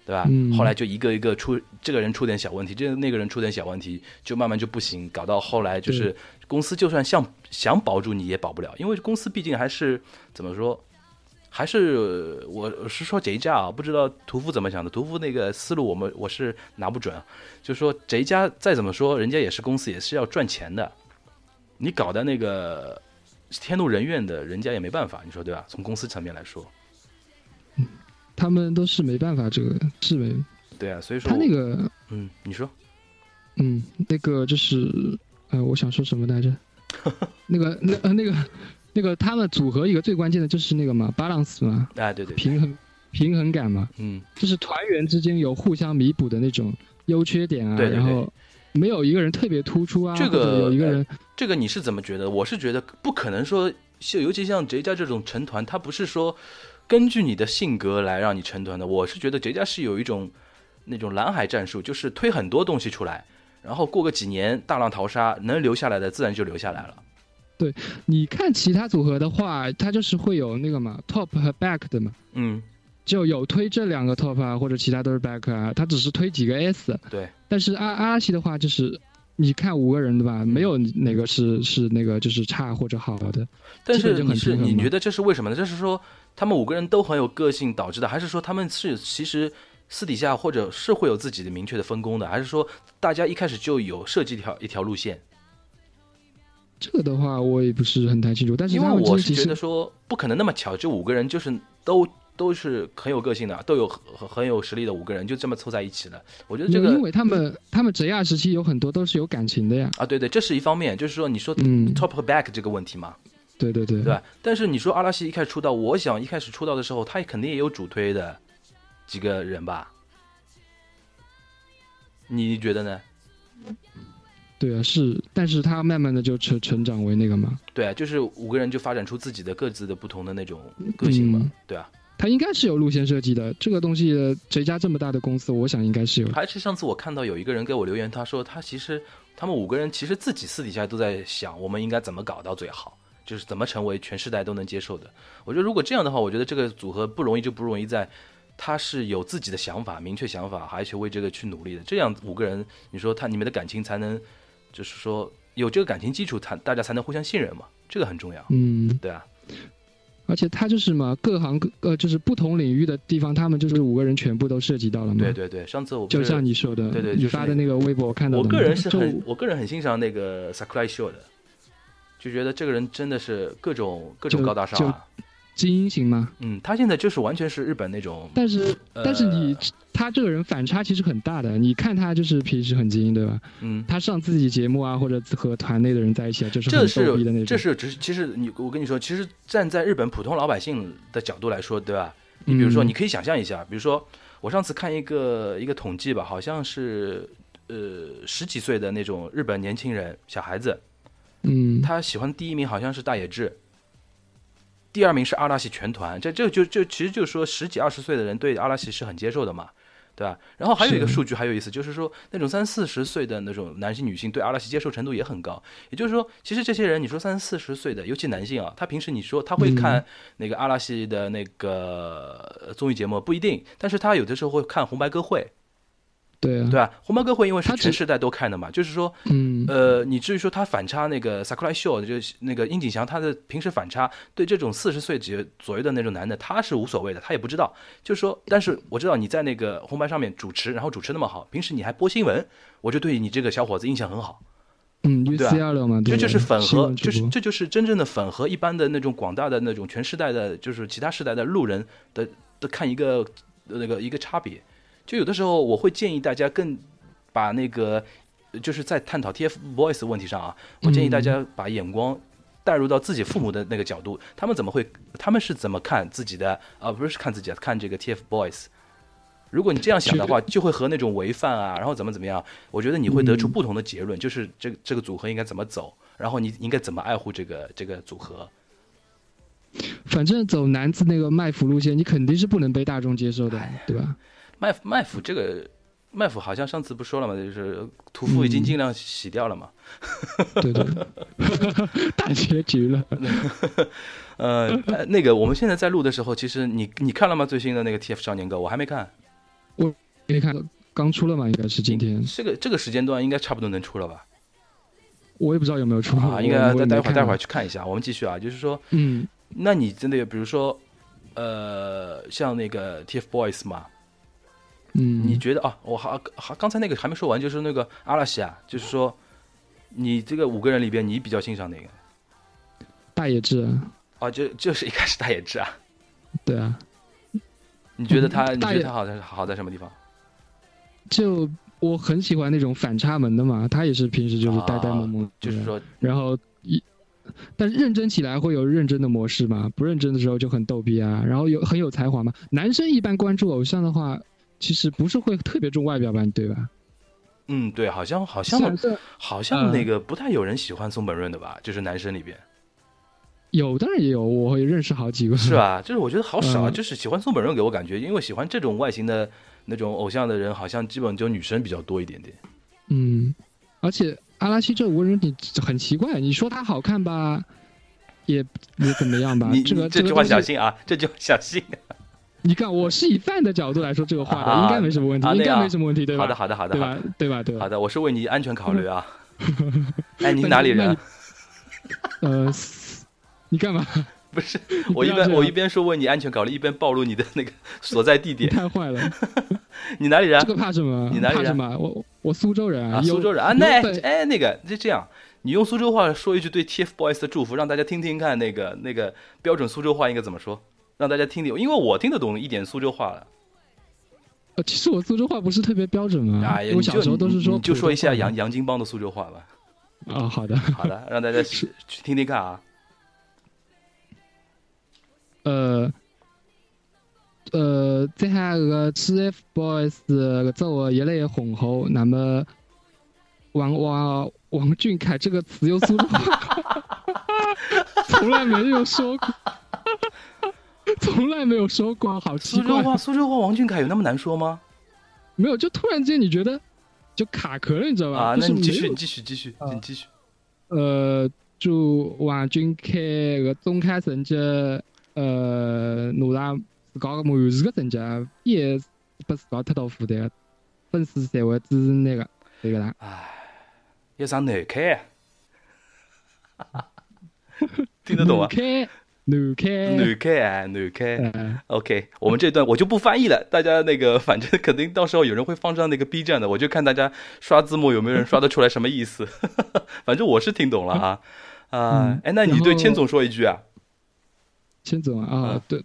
Speaker 5: 对吧？
Speaker 6: 嗯
Speaker 5: 后来就一个一个出，这个人出点小问题，这个那个人出点小问题，就慢慢就不行，搞到后来
Speaker 6: 嗯
Speaker 5: 就是公司就算想想保住你也保不了，因为公司毕竟还是怎么说，还是我是说这一家啊，不知道屠夫怎么想的，屠夫那个思路我们我是拿不准啊，就说这一家再怎么说，人家也是公司，也是要赚钱的，你搞的那个天怒人怨的，人家也没办法，你说对吧？从公司层面来说，
Speaker 6: 啊他们都是没办法，这个是没
Speaker 5: 对啊，所以说
Speaker 6: 他那个
Speaker 5: 嗯，你说
Speaker 6: 嗯，那个就是，呃，我想说什么来着？那个，那呃，那个，那个，他们组合一个最关键的就是那个嘛，balance 嘛，
Speaker 5: 啊，对对，对
Speaker 6: 平衡，平衡感嘛，
Speaker 5: 嗯，
Speaker 6: 就是团员之间有互相弥补的那种优缺点啊，
Speaker 5: 对对对
Speaker 6: 然后没有一个人特别突出啊，
Speaker 5: 这个呃
Speaker 6: 或者有一个人，
Speaker 5: 这个你是怎么觉得？我是觉得不可能说，像尤其像杰家这种成团，他不是说根据你的性格来让你成团的。我是觉得杰家是有一种那种蓝海战术，就是推很多东西出来，然后过个几年大浪淘沙，能留下来的自然就留下来了。
Speaker 6: 你看其他组合的话，他就是会有那个嘛，top 和 back 的嘛，
Speaker 5: 嗯，
Speaker 6: 就有推这两个 top 啊，或者其他都是 back 啊，他只是推几个 S。
Speaker 5: 对。
Speaker 6: 但是阿阿拉西的话，就是你看五个人对吧，没有哪个是是那个就是差或者好的。
Speaker 5: 但
Speaker 6: 这个
Speaker 5: 是
Speaker 6: 就
Speaker 5: 你
Speaker 6: 很
Speaker 5: 是
Speaker 6: 平衡
Speaker 5: 你
Speaker 6: 嘛
Speaker 5: 觉得这是为什么呢？这是说他们五个人都很有个性导致的，还是说他们是其实私底下或者是会有自己的明确的分工的，还是说大家一开始就有设计一条一条路线？
Speaker 6: 这个的话，我也不是很太清楚。但是
Speaker 5: 因为
Speaker 6: 他们
Speaker 5: 我
Speaker 6: 真
Speaker 5: 是
Speaker 6: 其
Speaker 5: 觉
Speaker 6: 实
Speaker 5: 得说不可能那么巧，这五个人就是都都是很有个性的，都有很很有实力的五个人就这么凑在一起的。我觉得这
Speaker 6: 因为因
Speaker 5: 个
Speaker 6: 为他们他们职亚时期有很多都是有感情的呀。
Speaker 5: 啊，对对，这是一方面，就是说你说 (laughs)
Speaker 6: 嗯，
Speaker 5: top 和 back 这个问题嘛，
Speaker 6: 对对对
Speaker 5: 对吧？但是你说阿拉西一开始出道，我想一开始出道的时候，他肯定也有主推的几个人吧？你觉得呢？
Speaker 6: 对啊是，但是他慢慢的就成成长为那个嘛，
Speaker 5: 对啊，就是五个人就发展出自己的各自的不同的那种个性嘛，
Speaker 6: 嗯
Speaker 5: 对啊。
Speaker 6: 他应该是有路线设计的。这个东西呃谁家这么大的公司，我想应该是有的。
Speaker 5: 而且上次我看到有一个人给我留言，他说他其实他们五个人其实自己私底下都在想，我们应该怎么搞到最好，就是怎么成为全世代都能接受的。我觉得如果这样的话，我觉得这个组合不容易就不容易在，他是有自己的想法、明确想法，而且为这个去努力的。这样五个人，你说他你们的感情才能，就是说有这个感情基础，才大家才能互相信任嘛，这个很重要，
Speaker 6: 嗯，
Speaker 5: 对啊，
Speaker 6: 而且他就是嘛，各行各呃就是不同领域的地方，他们就是五个人全部都涉及到了嘛。
Speaker 5: 对对对。上次我不
Speaker 6: 就是像你说的，
Speaker 5: 对对
Speaker 6: 你
Speaker 5: 就是
Speaker 6: 发
Speaker 5: 那
Speaker 6: 的那个微博我看到
Speaker 5: 我
Speaker 6: 的嘛。
Speaker 5: 个人是
Speaker 6: 就
Speaker 5: 很，我个人很欣赏那个 Sakurai Show 的，就觉得这个人真的是各种各种
Speaker 6: 就
Speaker 5: 高大上、啊，
Speaker 6: 精英型嘛，
Speaker 5: 嗯，他现在就是完全是日本那
Speaker 6: (laughs)
Speaker 5: 种，
Speaker 6: 但是
Speaker 5: 呃
Speaker 6: 但是你、他这个人反差其实很大的，你看他就是平时很精英，对吧？
Speaker 5: 嗯，
Speaker 6: 他上自己节目啊，或者和团内的人在一起啊，就是
Speaker 5: 这
Speaker 6: 很逗逼的那
Speaker 5: 是
Speaker 6: 种。
Speaker 5: 这是只是其实你我跟你说，其实站在日本普通老百姓的角度来说，对吧？你比如说，
Speaker 6: 嗯
Speaker 5: 你可以想象一下，比如说我上次看一个一个统计吧，好像是呃十几岁的那种日本年轻人小孩子，
Speaker 6: 嗯，
Speaker 5: 他喜欢第一名好像是大野智，第二名是阿拉西全团，这这就就其实就是说十几二十岁的人对阿拉西是很接受的嘛，对吧？然后还有一个
Speaker 6: 是
Speaker 5: 数据还有意思，就是说那种三四十岁的那种男性女性对阿拉西接受程度也很高，也就是说，其实这些人你说三四十岁的，尤其男性啊，他平时你说他会
Speaker 6: 嗯
Speaker 5: 看那个阿拉西的那个呃综艺节目不一定，但是他有的时候会看红白歌会，
Speaker 6: 对啊，
Speaker 5: 对吧？红白歌会因为是
Speaker 6: 他只
Speaker 5: 全世代都看的嘛，就是说
Speaker 6: 嗯，
Speaker 5: 呃，你至于说他反差那个 Sakurai Show，就是那个樱井翔，他的平时反差对这种四十岁左右左右的那种男的，他是无所谓的，他也不知道。就是说，但是我知道你在那个红白上面主持，然后主持那么好，平时你还播新闻，我就对你这个小伙子印象很好。
Speaker 6: 嗯
Speaker 5: 对啊
Speaker 6: ，UCL 嘛，
Speaker 5: 这
Speaker 6: 对吧
Speaker 5: 就是粉
Speaker 6: 新
Speaker 5: 和，
Speaker 6: 闻主
Speaker 5: 就是
Speaker 6: 播
Speaker 5: 这就是真正的粉和一般的那种广大的那种全世代的，就是其他世代的路人的的看一个呃那个一个差别。就有的时候我会建议大家更把那个呃就是在探讨 TFBOYS 问题上啊，我建议大
Speaker 6: 嗯
Speaker 5: 家把眼光。带入到自己父母的那个角度，他们怎么会？他们是怎么看自己的？啊、不是看自己的，看这个 TFBOYS。如果你这样想的话，就会和那种违犯啊，然后怎么怎么样，我觉得你会得出
Speaker 6: 嗯
Speaker 5: 不同的结论，就是这个这个组合应该怎么走，然后你应该怎么爱护这个这个组合。
Speaker 6: 反正走男子那个卖腐路线，你肯定是不能被大众接受
Speaker 5: 哎
Speaker 6: 的，对吧？
Speaker 5: 麦夫麦夫这个麦夫好像上次不说了嘛，就是屠夫已经
Speaker 6: 嗯
Speaker 5: 尽量洗掉了嘛。
Speaker 6: 对
Speaker 5: (laughs)
Speaker 6: 对，大结局了。嗯
Speaker 5: 呃，但那个我们现在在录的时候，其实你你看了吗？最新的那个 TF 少年歌，我还没看。
Speaker 6: 给你看，刚出了嘛，应该是今天，
Speaker 5: 这个这个时间段应该差不多能出了吧？
Speaker 6: 我也不知道有没有出
Speaker 5: 啊，
Speaker 6: 我
Speaker 5: 应该
Speaker 6: 嗯我也
Speaker 5: 待待会儿
Speaker 6: 没看
Speaker 5: 待会儿去看一下。我们继续啊，就是说，
Speaker 6: 嗯
Speaker 5: 那你真的比如说，呃，像那个 TFBOYS 嘛，
Speaker 6: 嗯，
Speaker 5: 你觉得啊？我还还刚才那个还没说完，就是那个阿拉西啊，就是说，你这个五个人里边，你比较欣赏哪个？
Speaker 6: 大野智啊，
Speaker 5: 啊，就就是一开始大野智啊，
Speaker 6: 对啊，
Speaker 5: 你觉得他，
Speaker 6: 嗯
Speaker 5: 你
Speaker 6: 大
Speaker 5: 觉
Speaker 6: 野
Speaker 5: 得他好在好在什么地方？
Speaker 6: 就我很喜欢那种反差萌的嘛，他也是平时就是呆呆萌萌、
Speaker 5: 啊就是，说，
Speaker 6: 然后一，但是认真起来会有认真的模式嘛，不认真的时候就很逗逼啊，然后有很有才华嘛。男生一般关注偶像的话，其实不是会特别重外表吧，对吧？
Speaker 5: 嗯，对，好像好
Speaker 6: 虽然
Speaker 5: 像
Speaker 6: 说
Speaker 5: 好像
Speaker 6: 嗯
Speaker 5: 那个不太有人喜欢松本润的吧？就是男生里边
Speaker 6: 有，当然也有，我也认识好几个，
Speaker 5: 是？啊吧？
Speaker 6: (laughs)
Speaker 5: 就是我觉得好少啊，
Speaker 6: 嗯
Speaker 5: 就是喜欢松本润给我感觉，因为喜欢这种外形的那种偶像的人，好像基本就女生比较多一点点。
Speaker 6: 嗯，而且阿拉西这五个人你很奇怪，你说他好看吧，也也怎么样吧？
Speaker 5: 你
Speaker 6: 这个
Speaker 5: 你这
Speaker 6: 个
Speaker 5: 句话
Speaker 6: 东西
Speaker 5: 小心啊，这句话小心。
Speaker 6: 你看，我是以饭的角度来说这个话的，
Speaker 5: 啊
Speaker 6: 应该没什么问题，
Speaker 5: 啊
Speaker 6: 应
Speaker 5: 那
Speaker 6: 该
Speaker 5: 样
Speaker 6: 没什么问题，对吧？
Speaker 5: 好的，好的，好的，
Speaker 6: 对
Speaker 5: 好
Speaker 6: 吧
Speaker 5: 的，？
Speaker 6: 对吧？对吧
Speaker 5: 好？的，我是为你安全考虑啊。哎，您哪里人啊？
Speaker 6: 呃，嘶你干嘛？
Speaker 5: 不是，
Speaker 6: 你
Speaker 5: 我一
Speaker 6: (laughs) 不要
Speaker 5: 边
Speaker 6: 这
Speaker 5: 我
Speaker 6: 样
Speaker 5: 一边说为你安全考虑，一边暴露你的那个所在地
Speaker 6: 你
Speaker 5: 点。
Speaker 6: 太坏了，
Speaker 5: 你哪里人啊
Speaker 6: 这个怕什么？
Speaker 5: 你哪里人
Speaker 6: 怕什么？我我苏州人
Speaker 5: 啊？苏州人啊？
Speaker 6: 有
Speaker 5: 那
Speaker 6: 本
Speaker 5: 哎，那个就这样，你用苏州话说一句对 TFBOYS 的祝福，让大家听听看，那个那个标准苏州话应该怎么说？让大家听听，因为我听得懂一点苏州话了。
Speaker 6: 呃其实我苏州话不是特别标准嘛。
Speaker 5: 哎呀，
Speaker 6: 嗯我
Speaker 5: 你
Speaker 6: 小时
Speaker 5: 就
Speaker 6: 候
Speaker 5: 你
Speaker 6: 都是说
Speaker 5: 你就说一下
Speaker 6: 普通
Speaker 5: 杨
Speaker 6: 话
Speaker 5: 杨金帮的苏州话
Speaker 6: (laughs)
Speaker 5: 吧。
Speaker 6: 啊，好的，
Speaker 5: 好的，让大家去
Speaker 6: 是
Speaker 5: 去听听看啊。
Speaker 6: 呃。呃，这下个 TFBOYS 作为一类混合，那么王王王俊凯这个词用苏州话 (laughs) 从来没有说过， (laughs) 从来没有说过，好奇
Speaker 5: 苏州
Speaker 6: 怪。
Speaker 5: 话，苏州话，王俊凯有那么难说吗？
Speaker 6: 没有，就突然间你觉得就卡壳了，你知道吧？
Speaker 5: 啊，
Speaker 6: 就
Speaker 5: 那
Speaker 6: 是
Speaker 5: 你继
Speaker 6: 没
Speaker 5: 续，
Speaker 6: 有
Speaker 5: 你继续，继续，
Speaker 6: 啊
Speaker 5: 你继续。
Speaker 6: 呃，就王俊凯个中开成绩，呃，拿大自家个满意个成绩，伊也是拨自家踢到负担，粉丝侪会支持那个那个啦。
Speaker 5: 有啥难看啊？ (laughs) 听得懂啊
Speaker 6: 南？开，南开，
Speaker 5: 难看啊，难看。
Speaker 6: 呃，
Speaker 5: OK，我们这段我就不翻译了，大家那个 (laughs) 反正肯定到时候有人会放上那个 B 站的，我就看大家刷字幕有没有人刷得出来什么意思。 (laughs) 反正我是听懂了啊。啊
Speaker 6: 嗯，
Speaker 5: 哎，那你对
Speaker 6: 然后
Speaker 5: 千总说一句啊？
Speaker 6: 先总啊，
Speaker 5: 嗯
Speaker 6: 啊对，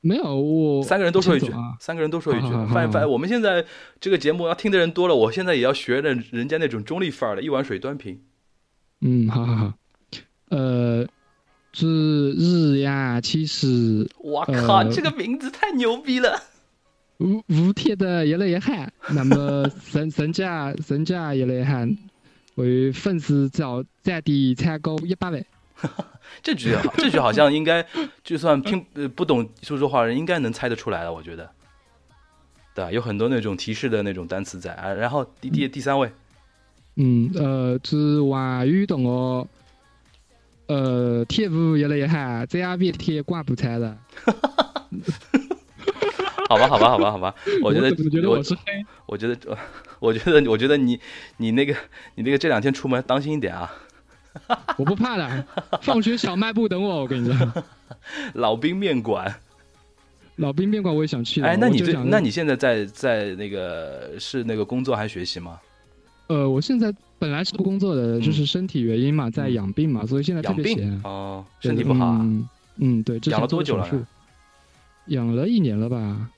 Speaker 6: 没有我
Speaker 5: 三个人都说一句
Speaker 6: 先总啊，
Speaker 5: 三个人都说一句
Speaker 6: 好好。好
Speaker 5: 反
Speaker 6: 好
Speaker 5: 反，我们现在这个节目要听的人多了，我现在也要学着人家那种中立范儿的，一碗水端平。
Speaker 6: 嗯，好好好，呃，是日呀，七十
Speaker 5: 我靠，
Speaker 6: 呃
Speaker 5: 这个名字太牛逼了！
Speaker 6: 无无贴的越来越汉，那么身身价身价越来越汉，为粉丝早在地参高一百万。
Speaker 5: 这句好，这句好像应该，就算听呃不懂苏州话的人，应该能猜得出来了，我觉得。对啊吧，有很多那种提示的那种单词在啊。然后第第第三位，
Speaker 6: 嗯，呃，是外语同学，呃，贴补越来越汉，在阿边贴挂不拆了。
Speaker 5: 好吧，好吧，好吧，好吧，我觉得
Speaker 6: 怎么觉得
Speaker 5: 我
Speaker 6: 我是黑？
Speaker 5: 我觉得 (laughs) 我觉得我觉得你你那个你那个这两天出门当心一点啊，
Speaker 6: 我不怕的，放学小卖部等我，我跟
Speaker 5: (laughs)
Speaker 6: 你讲，
Speaker 5: 老兵面馆。
Speaker 6: 老兵面馆我也想去的。
Speaker 5: 哎，那
Speaker 6: 啊我
Speaker 5: 你
Speaker 6: 就
Speaker 5: 对，
Speaker 6: 想
Speaker 5: 那你现在在在那个是那个工作还是学习吗？
Speaker 6: 呃，我现在本来是不工作的，就是身体原因嘛，在养病嘛，所以现在特
Speaker 5: 养
Speaker 6: 别闲
Speaker 5: 病。哦，
Speaker 6: 啊对
Speaker 5: 身体不好啊。
Speaker 6: 嗯嗯，对，之前
Speaker 5: 养了
Speaker 6: 做
Speaker 5: 多久了
Speaker 6: 手术？养了一年了吧，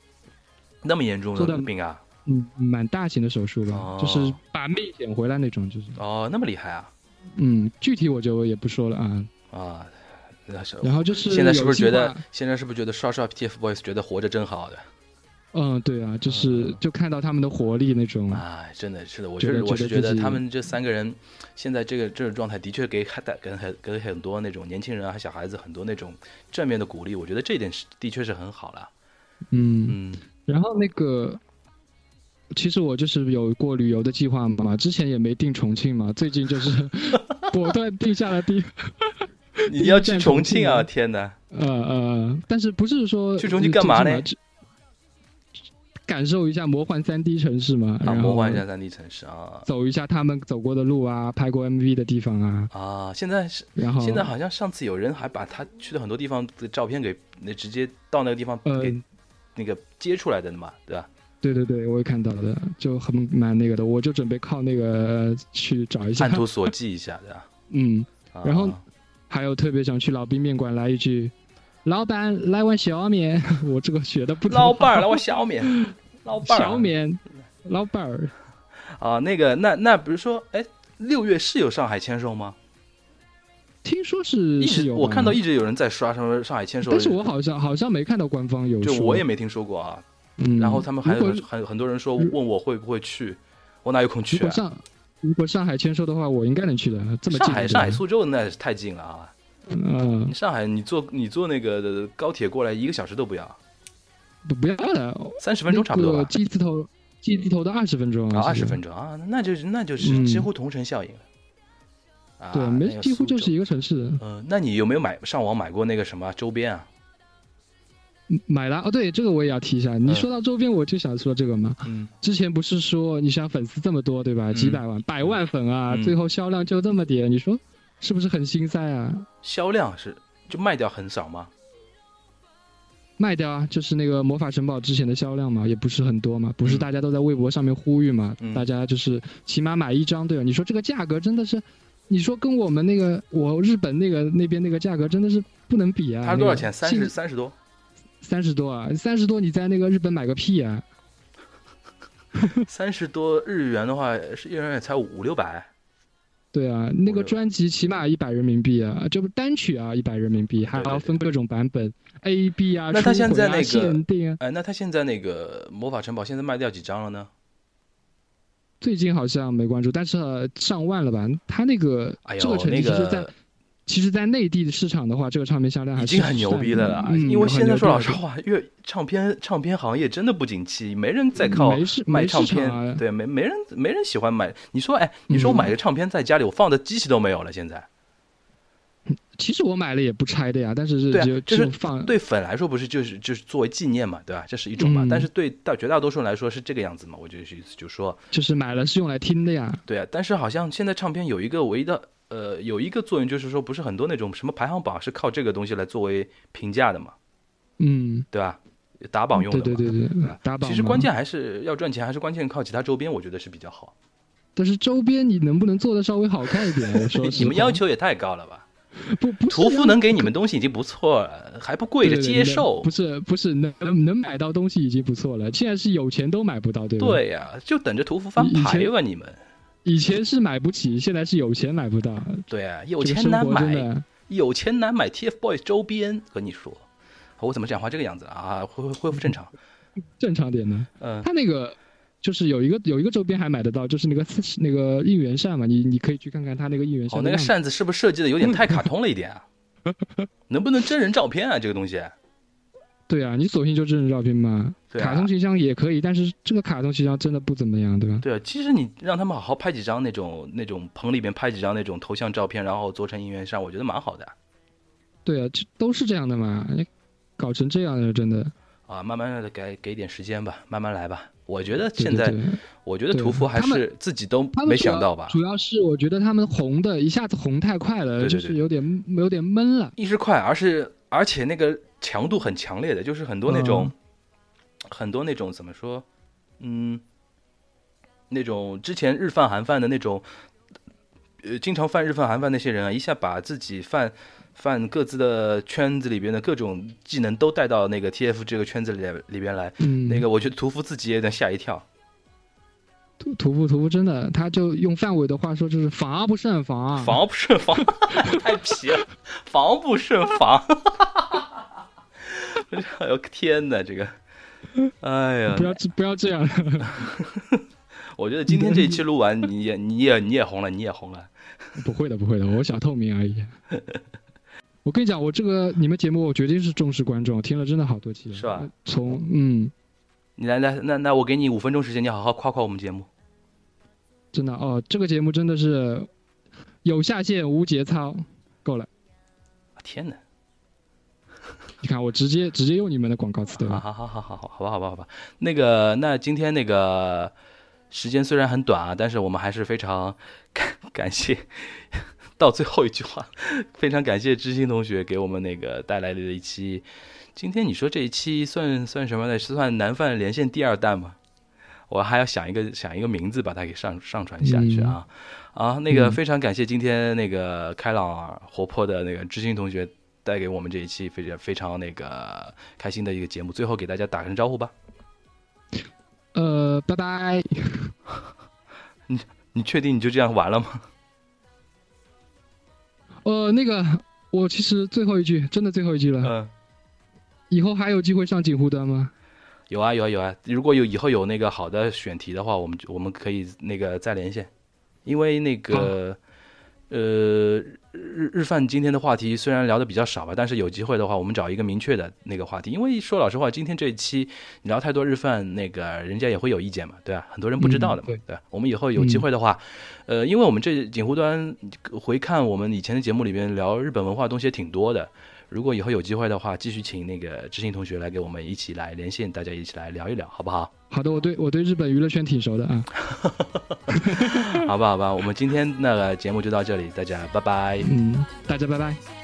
Speaker 5: 那么严重
Speaker 6: 做
Speaker 5: 的
Speaker 6: 的
Speaker 5: 病啊？
Speaker 6: 嗯，蛮大型的手术吧，
Speaker 5: 哦
Speaker 6: 就是把命捡回来那种，就是
Speaker 5: 哦，那么厉害啊
Speaker 6: 嗯，具体我就也不说了啊。
Speaker 5: 啊！那是
Speaker 6: 然后就是
Speaker 5: 现在是不是
Speaker 6: 有
Speaker 5: 觉
Speaker 6: 计划
Speaker 5: 得现在是不是觉得刷刷 TFBOYS 觉得活着真好的？
Speaker 6: 嗯，对啊，就是
Speaker 5: 嗯
Speaker 6: 就看到他们的活力那种，
Speaker 5: 哎，真的是的，我
Speaker 6: 嗯觉
Speaker 5: 是
Speaker 6: 得
Speaker 5: 我是觉
Speaker 6: 觉得
Speaker 5: 得
Speaker 6: 自己
Speaker 5: 他们这三个人现在这个这种状态，的确给很给很给很多那种年轻人啊、小孩子很多那种正面的鼓励。我觉得这一点是的确是很好了。
Speaker 6: 嗯 (laughs)
Speaker 5: 嗯
Speaker 6: 然后那个，其实我就是有过旅游的计划嘛，之前也没定重庆嘛，最近就是 (laughs) 果断定下了第，
Speaker 5: 你要去
Speaker 6: 站
Speaker 5: 重
Speaker 6: 重庆
Speaker 5: 庆啊！
Speaker 6: 啊
Speaker 5: 天哪，
Speaker 6: 呃呃，但是不是说
Speaker 5: 去重庆干嘛呢
Speaker 6: 就？感受一下魔幻三 D 城市嘛，
Speaker 5: 啊，
Speaker 6: 然后
Speaker 5: 魔幻一下三 D 城市啊
Speaker 6: 走一下他们走过的路啊，拍过 MV 的地方啊，
Speaker 5: 啊！现在是
Speaker 6: 然后
Speaker 5: 现在好像上次有人还把他去的很多地方的照片给那直接到那个地方
Speaker 6: 呃
Speaker 5: 给那个接出来的嘛，对
Speaker 6: (laughs)
Speaker 5: 吧？
Speaker 6: 对对对，我也看到了，就很蛮那个的，我就准备靠那个去找一下
Speaker 5: 按，图索骥一下，对吧？
Speaker 6: 嗯，
Speaker 5: 啊
Speaker 6: (laughs) 然后还有特别想去老兵面馆来一句：“老板来碗小面。” (laughs) 我这个学的不怎么
Speaker 5: 老伴儿
Speaker 6: 好
Speaker 5: 来我小
Speaker 6: (laughs)
Speaker 5: 免，老伴儿
Speaker 6: 小面，老板儿，
Speaker 5: 啊，那个那那比如说，哎，六月是有上海签售吗？
Speaker 6: 听说是
Speaker 5: 一
Speaker 6: 是
Speaker 5: 直
Speaker 6: 有吧，嗯
Speaker 5: 我看到一直有人在刷什么上海签售，
Speaker 6: 但是我好像好像没看到官方有
Speaker 5: 就
Speaker 6: 说，
Speaker 5: 我也没听说过啊。
Speaker 6: 嗯，
Speaker 5: 然后他们还有
Speaker 6: 如果
Speaker 5: 很很很多人说
Speaker 6: 如
Speaker 5: 问我会不会去，我哪有空
Speaker 6: 如
Speaker 5: 去
Speaker 6: 果
Speaker 5: 啊？
Speaker 6: 上如果上海签售的话，我应该能去的，这么近
Speaker 5: 上海
Speaker 6: 对吧
Speaker 5: 上海苏州那是太近了啊。
Speaker 6: 嗯、
Speaker 5: 你上海，你坐你坐那个呃高铁过来一个小时都不要，
Speaker 6: 不不要了，
Speaker 5: 三十分钟差不多吧，
Speaker 6: G 字头 G 字头的二十分钟
Speaker 5: 啊，二十
Speaker 6: 其实
Speaker 5: 分钟啊，那就是那就是
Speaker 6: 嗯
Speaker 5: 几乎同城效应了。啊，
Speaker 6: 对，
Speaker 5: 那
Speaker 6: 没
Speaker 5: 个
Speaker 6: 几乎
Speaker 5: 苏
Speaker 6: 就是
Speaker 5: 州。
Speaker 6: 一个城市。
Speaker 5: 嗯，那你有没有买上网买过那个什么周边啊？
Speaker 6: 买了哦，对，这个我也要提一下。你
Speaker 5: 嗯
Speaker 6: 说到周边，我就想说这个嘛。
Speaker 5: 嗯，
Speaker 6: 之前不是说你想粉丝这么多对吧？几百万、百万粉啊，
Speaker 5: 嗯
Speaker 6: 最后销量就这么点，你说是不是很心塞啊？
Speaker 5: (laughs) 销量是就卖掉很少吗？
Speaker 6: 卖掉啊，就是那个魔法城堡之前的销量嘛，也不是很多嘛，不是
Speaker 5: 嗯
Speaker 6: 大家都在微博上面呼吁嘛，
Speaker 5: 嗯
Speaker 6: 大家就是起码买一张对吧？你说这个价格真的是，你说跟我们那个我日本那个那边那个价格真的是不能比啊。
Speaker 5: 它是多少
Speaker 6: 那个
Speaker 5: 钱？三
Speaker 6: 性
Speaker 5: 十三十多。
Speaker 6: 三十多啊，三十多你在那个日本买个屁啊！
Speaker 5: 三十多日元的话，是一人也才五六百。
Speaker 6: 对啊，那
Speaker 5: 我
Speaker 6: 个专辑起码一百人民币啊，这不单曲啊一百人民币，还
Speaker 5: 对对
Speaker 6: 要分各种版本 A、B 啊，
Speaker 5: 那他
Speaker 6: 初
Speaker 5: 现
Speaker 6: 混
Speaker 5: 在
Speaker 6: 啊
Speaker 5: 那个
Speaker 6: 限定啊，
Speaker 5: 哎，那他现在那个魔法城堡现在卖掉几张了呢？
Speaker 6: 最近好像没关注，但是呃上万了吧？他那个
Speaker 5: 哎
Speaker 6: 这个
Speaker 5: 呦，
Speaker 6: 成
Speaker 5: 那
Speaker 6: 绩其实在
Speaker 5: 个
Speaker 6: 其实，在内地的市场的话，这个唱片销量还
Speaker 5: 已
Speaker 6: 是
Speaker 5: 经很牛逼的了啦，
Speaker 6: 嗯
Speaker 5: 因为现在说老实
Speaker 6: 很牛
Speaker 5: 话，粤唱片唱片行业真的不景气，没人再
Speaker 6: 逼
Speaker 5: 靠
Speaker 6: 没市
Speaker 5: 卖
Speaker 6: 没
Speaker 5: 唱
Speaker 6: 市
Speaker 5: 片，
Speaker 6: 场啊，嗯
Speaker 5: 对，没没人没人喜欢买。你说，哎，你说我买个唱片在家里，我放的机器都没有了，现在。
Speaker 6: 其实我买了也不拆的呀，但是
Speaker 5: 对啊
Speaker 6: 就
Speaker 5: 就是
Speaker 6: 就放
Speaker 5: 对粉来说，不是就是就是作为纪念嘛，对吧？这是一种嘛，
Speaker 6: 嗯
Speaker 5: 但是对大绝大多数人来说是这个样子嘛。我就是就说，
Speaker 6: 就是买了是用来听的呀，
Speaker 5: 对啊，但是好像现在唱片有一个唯一的呃有一个作用，就是说不是很多那种什么排行榜是靠这个东西来作为评价的嘛，
Speaker 6: 嗯，
Speaker 5: 对吧？打榜用的
Speaker 6: 对
Speaker 5: 嘛。
Speaker 6: 对对对
Speaker 5: 吧，
Speaker 6: 打榜
Speaker 5: 其实
Speaker 6: 嘛
Speaker 5: 关键还是要赚钱，还是关键靠其他周边，我觉得是比较好。
Speaker 6: 但是周边你能不能做的稍微好看一点？我说
Speaker 5: (laughs) 你
Speaker 6: 实
Speaker 5: 们要
Speaker 6: 话
Speaker 5: 求也太高了吧？
Speaker 6: 不不是
Speaker 5: 屠夫
Speaker 6: 让
Speaker 5: 能给你们东西已经不错了，还不跪着
Speaker 6: 对对
Speaker 5: 接
Speaker 6: 能
Speaker 5: 受
Speaker 6: 不。是不是能能能买到东西已经不错了，现在是有钱都买不到，对吧？，
Speaker 5: 对呀、就等着屠夫翻
Speaker 6: 以以
Speaker 5: 牌
Speaker 6: 前
Speaker 5: 吧，你们。
Speaker 6: 以前是买不起，现在是有钱买不到，
Speaker 5: 对啊，有
Speaker 6: 这个
Speaker 5: 钱
Speaker 6: 生
Speaker 5: 难
Speaker 6: 活真
Speaker 5: 买，
Speaker 6: 的
Speaker 5: 有钱难买 TFBOYS 周边，和你说，哦我怎么讲话这个样子啊？恢恢恢复正常。
Speaker 6: 正常点呢。
Speaker 5: (laughs) 嗯，
Speaker 6: 他那个就是有一个有一个周边还买得到，就是那个那个应援扇嘛，你你可以去看看他那个应援
Speaker 5: 哦，
Speaker 6: 扇的
Speaker 5: 那个
Speaker 6: 样子。
Speaker 5: 扇子是不是设计的有点太卡通了一点 (laughs) 啊？能不能真人照片啊？这个东西，
Speaker 6: 对啊，你索性就真人照片嘛，
Speaker 5: 对啊
Speaker 6: 卡通形象也可以，但是这个卡通形象真的不怎么样，对吧？
Speaker 5: 对啊，其实你让他们好好拍几张那种那种棚里面拍几张那种头像照片，然后做成应援扇，我觉得蛮好的
Speaker 6: 对啊，这都是这样的嘛，你搞成这样的真的。
Speaker 5: 啊。慢慢的给给点时间吧，慢慢来吧。我觉得
Speaker 6: 对
Speaker 5: 现在，
Speaker 6: 对对
Speaker 5: 我觉得
Speaker 6: 对
Speaker 5: 屠夫还
Speaker 6: 他们
Speaker 5: 是自己都
Speaker 6: 他们
Speaker 5: 没
Speaker 6: 主要
Speaker 5: 想到吧，
Speaker 6: 主要是我觉得他们红的一下子红太快
Speaker 5: 对
Speaker 6: 了，
Speaker 5: 对
Speaker 6: 就是
Speaker 5: 对
Speaker 6: 有点有点闷了。
Speaker 5: 一是快，而是而且那个强度很强烈的，就是很多那种、很多那种怎么说，嗯，那种之前日饭韩饭的那种，呃，经常犯日饭韩饭那些人啊，一下把自己犯犯各自的圈子里边的各种技能都带到那个 TF 这个圈子里里边来，
Speaker 6: 嗯，
Speaker 5: 那个我觉得屠夫自己也有点吓一跳。
Speaker 6: 屠屠夫屠夫真的，他就用范伟的话说，就是防而不胜防啊。
Speaker 5: 防不胜防， (laughs) 太皮了，防不胜防。 (laughs) 哎呦天哪，这个，哎呀
Speaker 6: 不，要这不要这样，
Speaker 5: 我觉得今天这一期录完，你也你也你也红了，你也红了。
Speaker 6: (laughs) 不会的不会的，我小透明而已。 (laughs) 我跟你讲，我这个你们节目，我绝对是重视观众，听了真的好多期了。
Speaker 5: 是吧？
Speaker 6: 从嗯，
Speaker 5: 你来来，那那我给你五分钟时间，你好好夸夸我们节目。
Speaker 6: 真的哦，这个节目真的是有下限无节操，够了。
Speaker 5: 天哪，
Speaker 6: 你看，我直接直接用你们的广告词对
Speaker 5: 啊好
Speaker 6: 吧？
Speaker 5: 好好好好好，好吧好吧好吧。那个，那今天那个时间虽然很短啊，但是我们还是非常感感谢。到最后一句话， (laughs) 非常感谢知心同学给我们那个带来的一期。今天你说这一期算算什么呢？是算南范连线第二弹吗？我还要想一个想一个名字把它给上上传下去啊、啊！那个
Speaker 6: 嗯
Speaker 5: 非常感谢今天那个开朗活泼的那个知心同学带给我们这一期非常非常那个开心的一个节目。最后给大家打声招呼吧。
Speaker 6: 呃，拜拜。
Speaker 5: 你确定你就这样完了吗？
Speaker 6: 呃，那个，我其实最后一句，真的最后一句了。
Speaker 5: 嗯，
Speaker 6: 以后还有机会上锦湖端吗？
Speaker 5: 有啊有啊有啊！如果有以后有那个好的选题的话，我们我们可以那个再连线，因为那个呃日日饭今天的话题虽然聊的比较少吧，但是有机会的话，我们找一个明确的那个话题。因为说老实话，今天这一期你聊太多日饭，那个人家也会有意见嘛，对吧、很多人不知道的嘛，
Speaker 6: 嗯对
Speaker 5: 对吧我们以后有机会的话，呃，因为我们这锦湖端呃回看我们以前的节目里边聊日本文化的东西也挺多的。如果以后有机会的话，继续请那个知行同学来给我们一起来连线，大家一起来聊一聊，好不好？
Speaker 6: 好的，我对我对日本娱乐圈挺熟的啊。
Speaker 5: 好吧，好吧，我们今天那个节目就到这里，大家拜拜。
Speaker 6: 嗯，大家拜拜。
Speaker 1: 拜。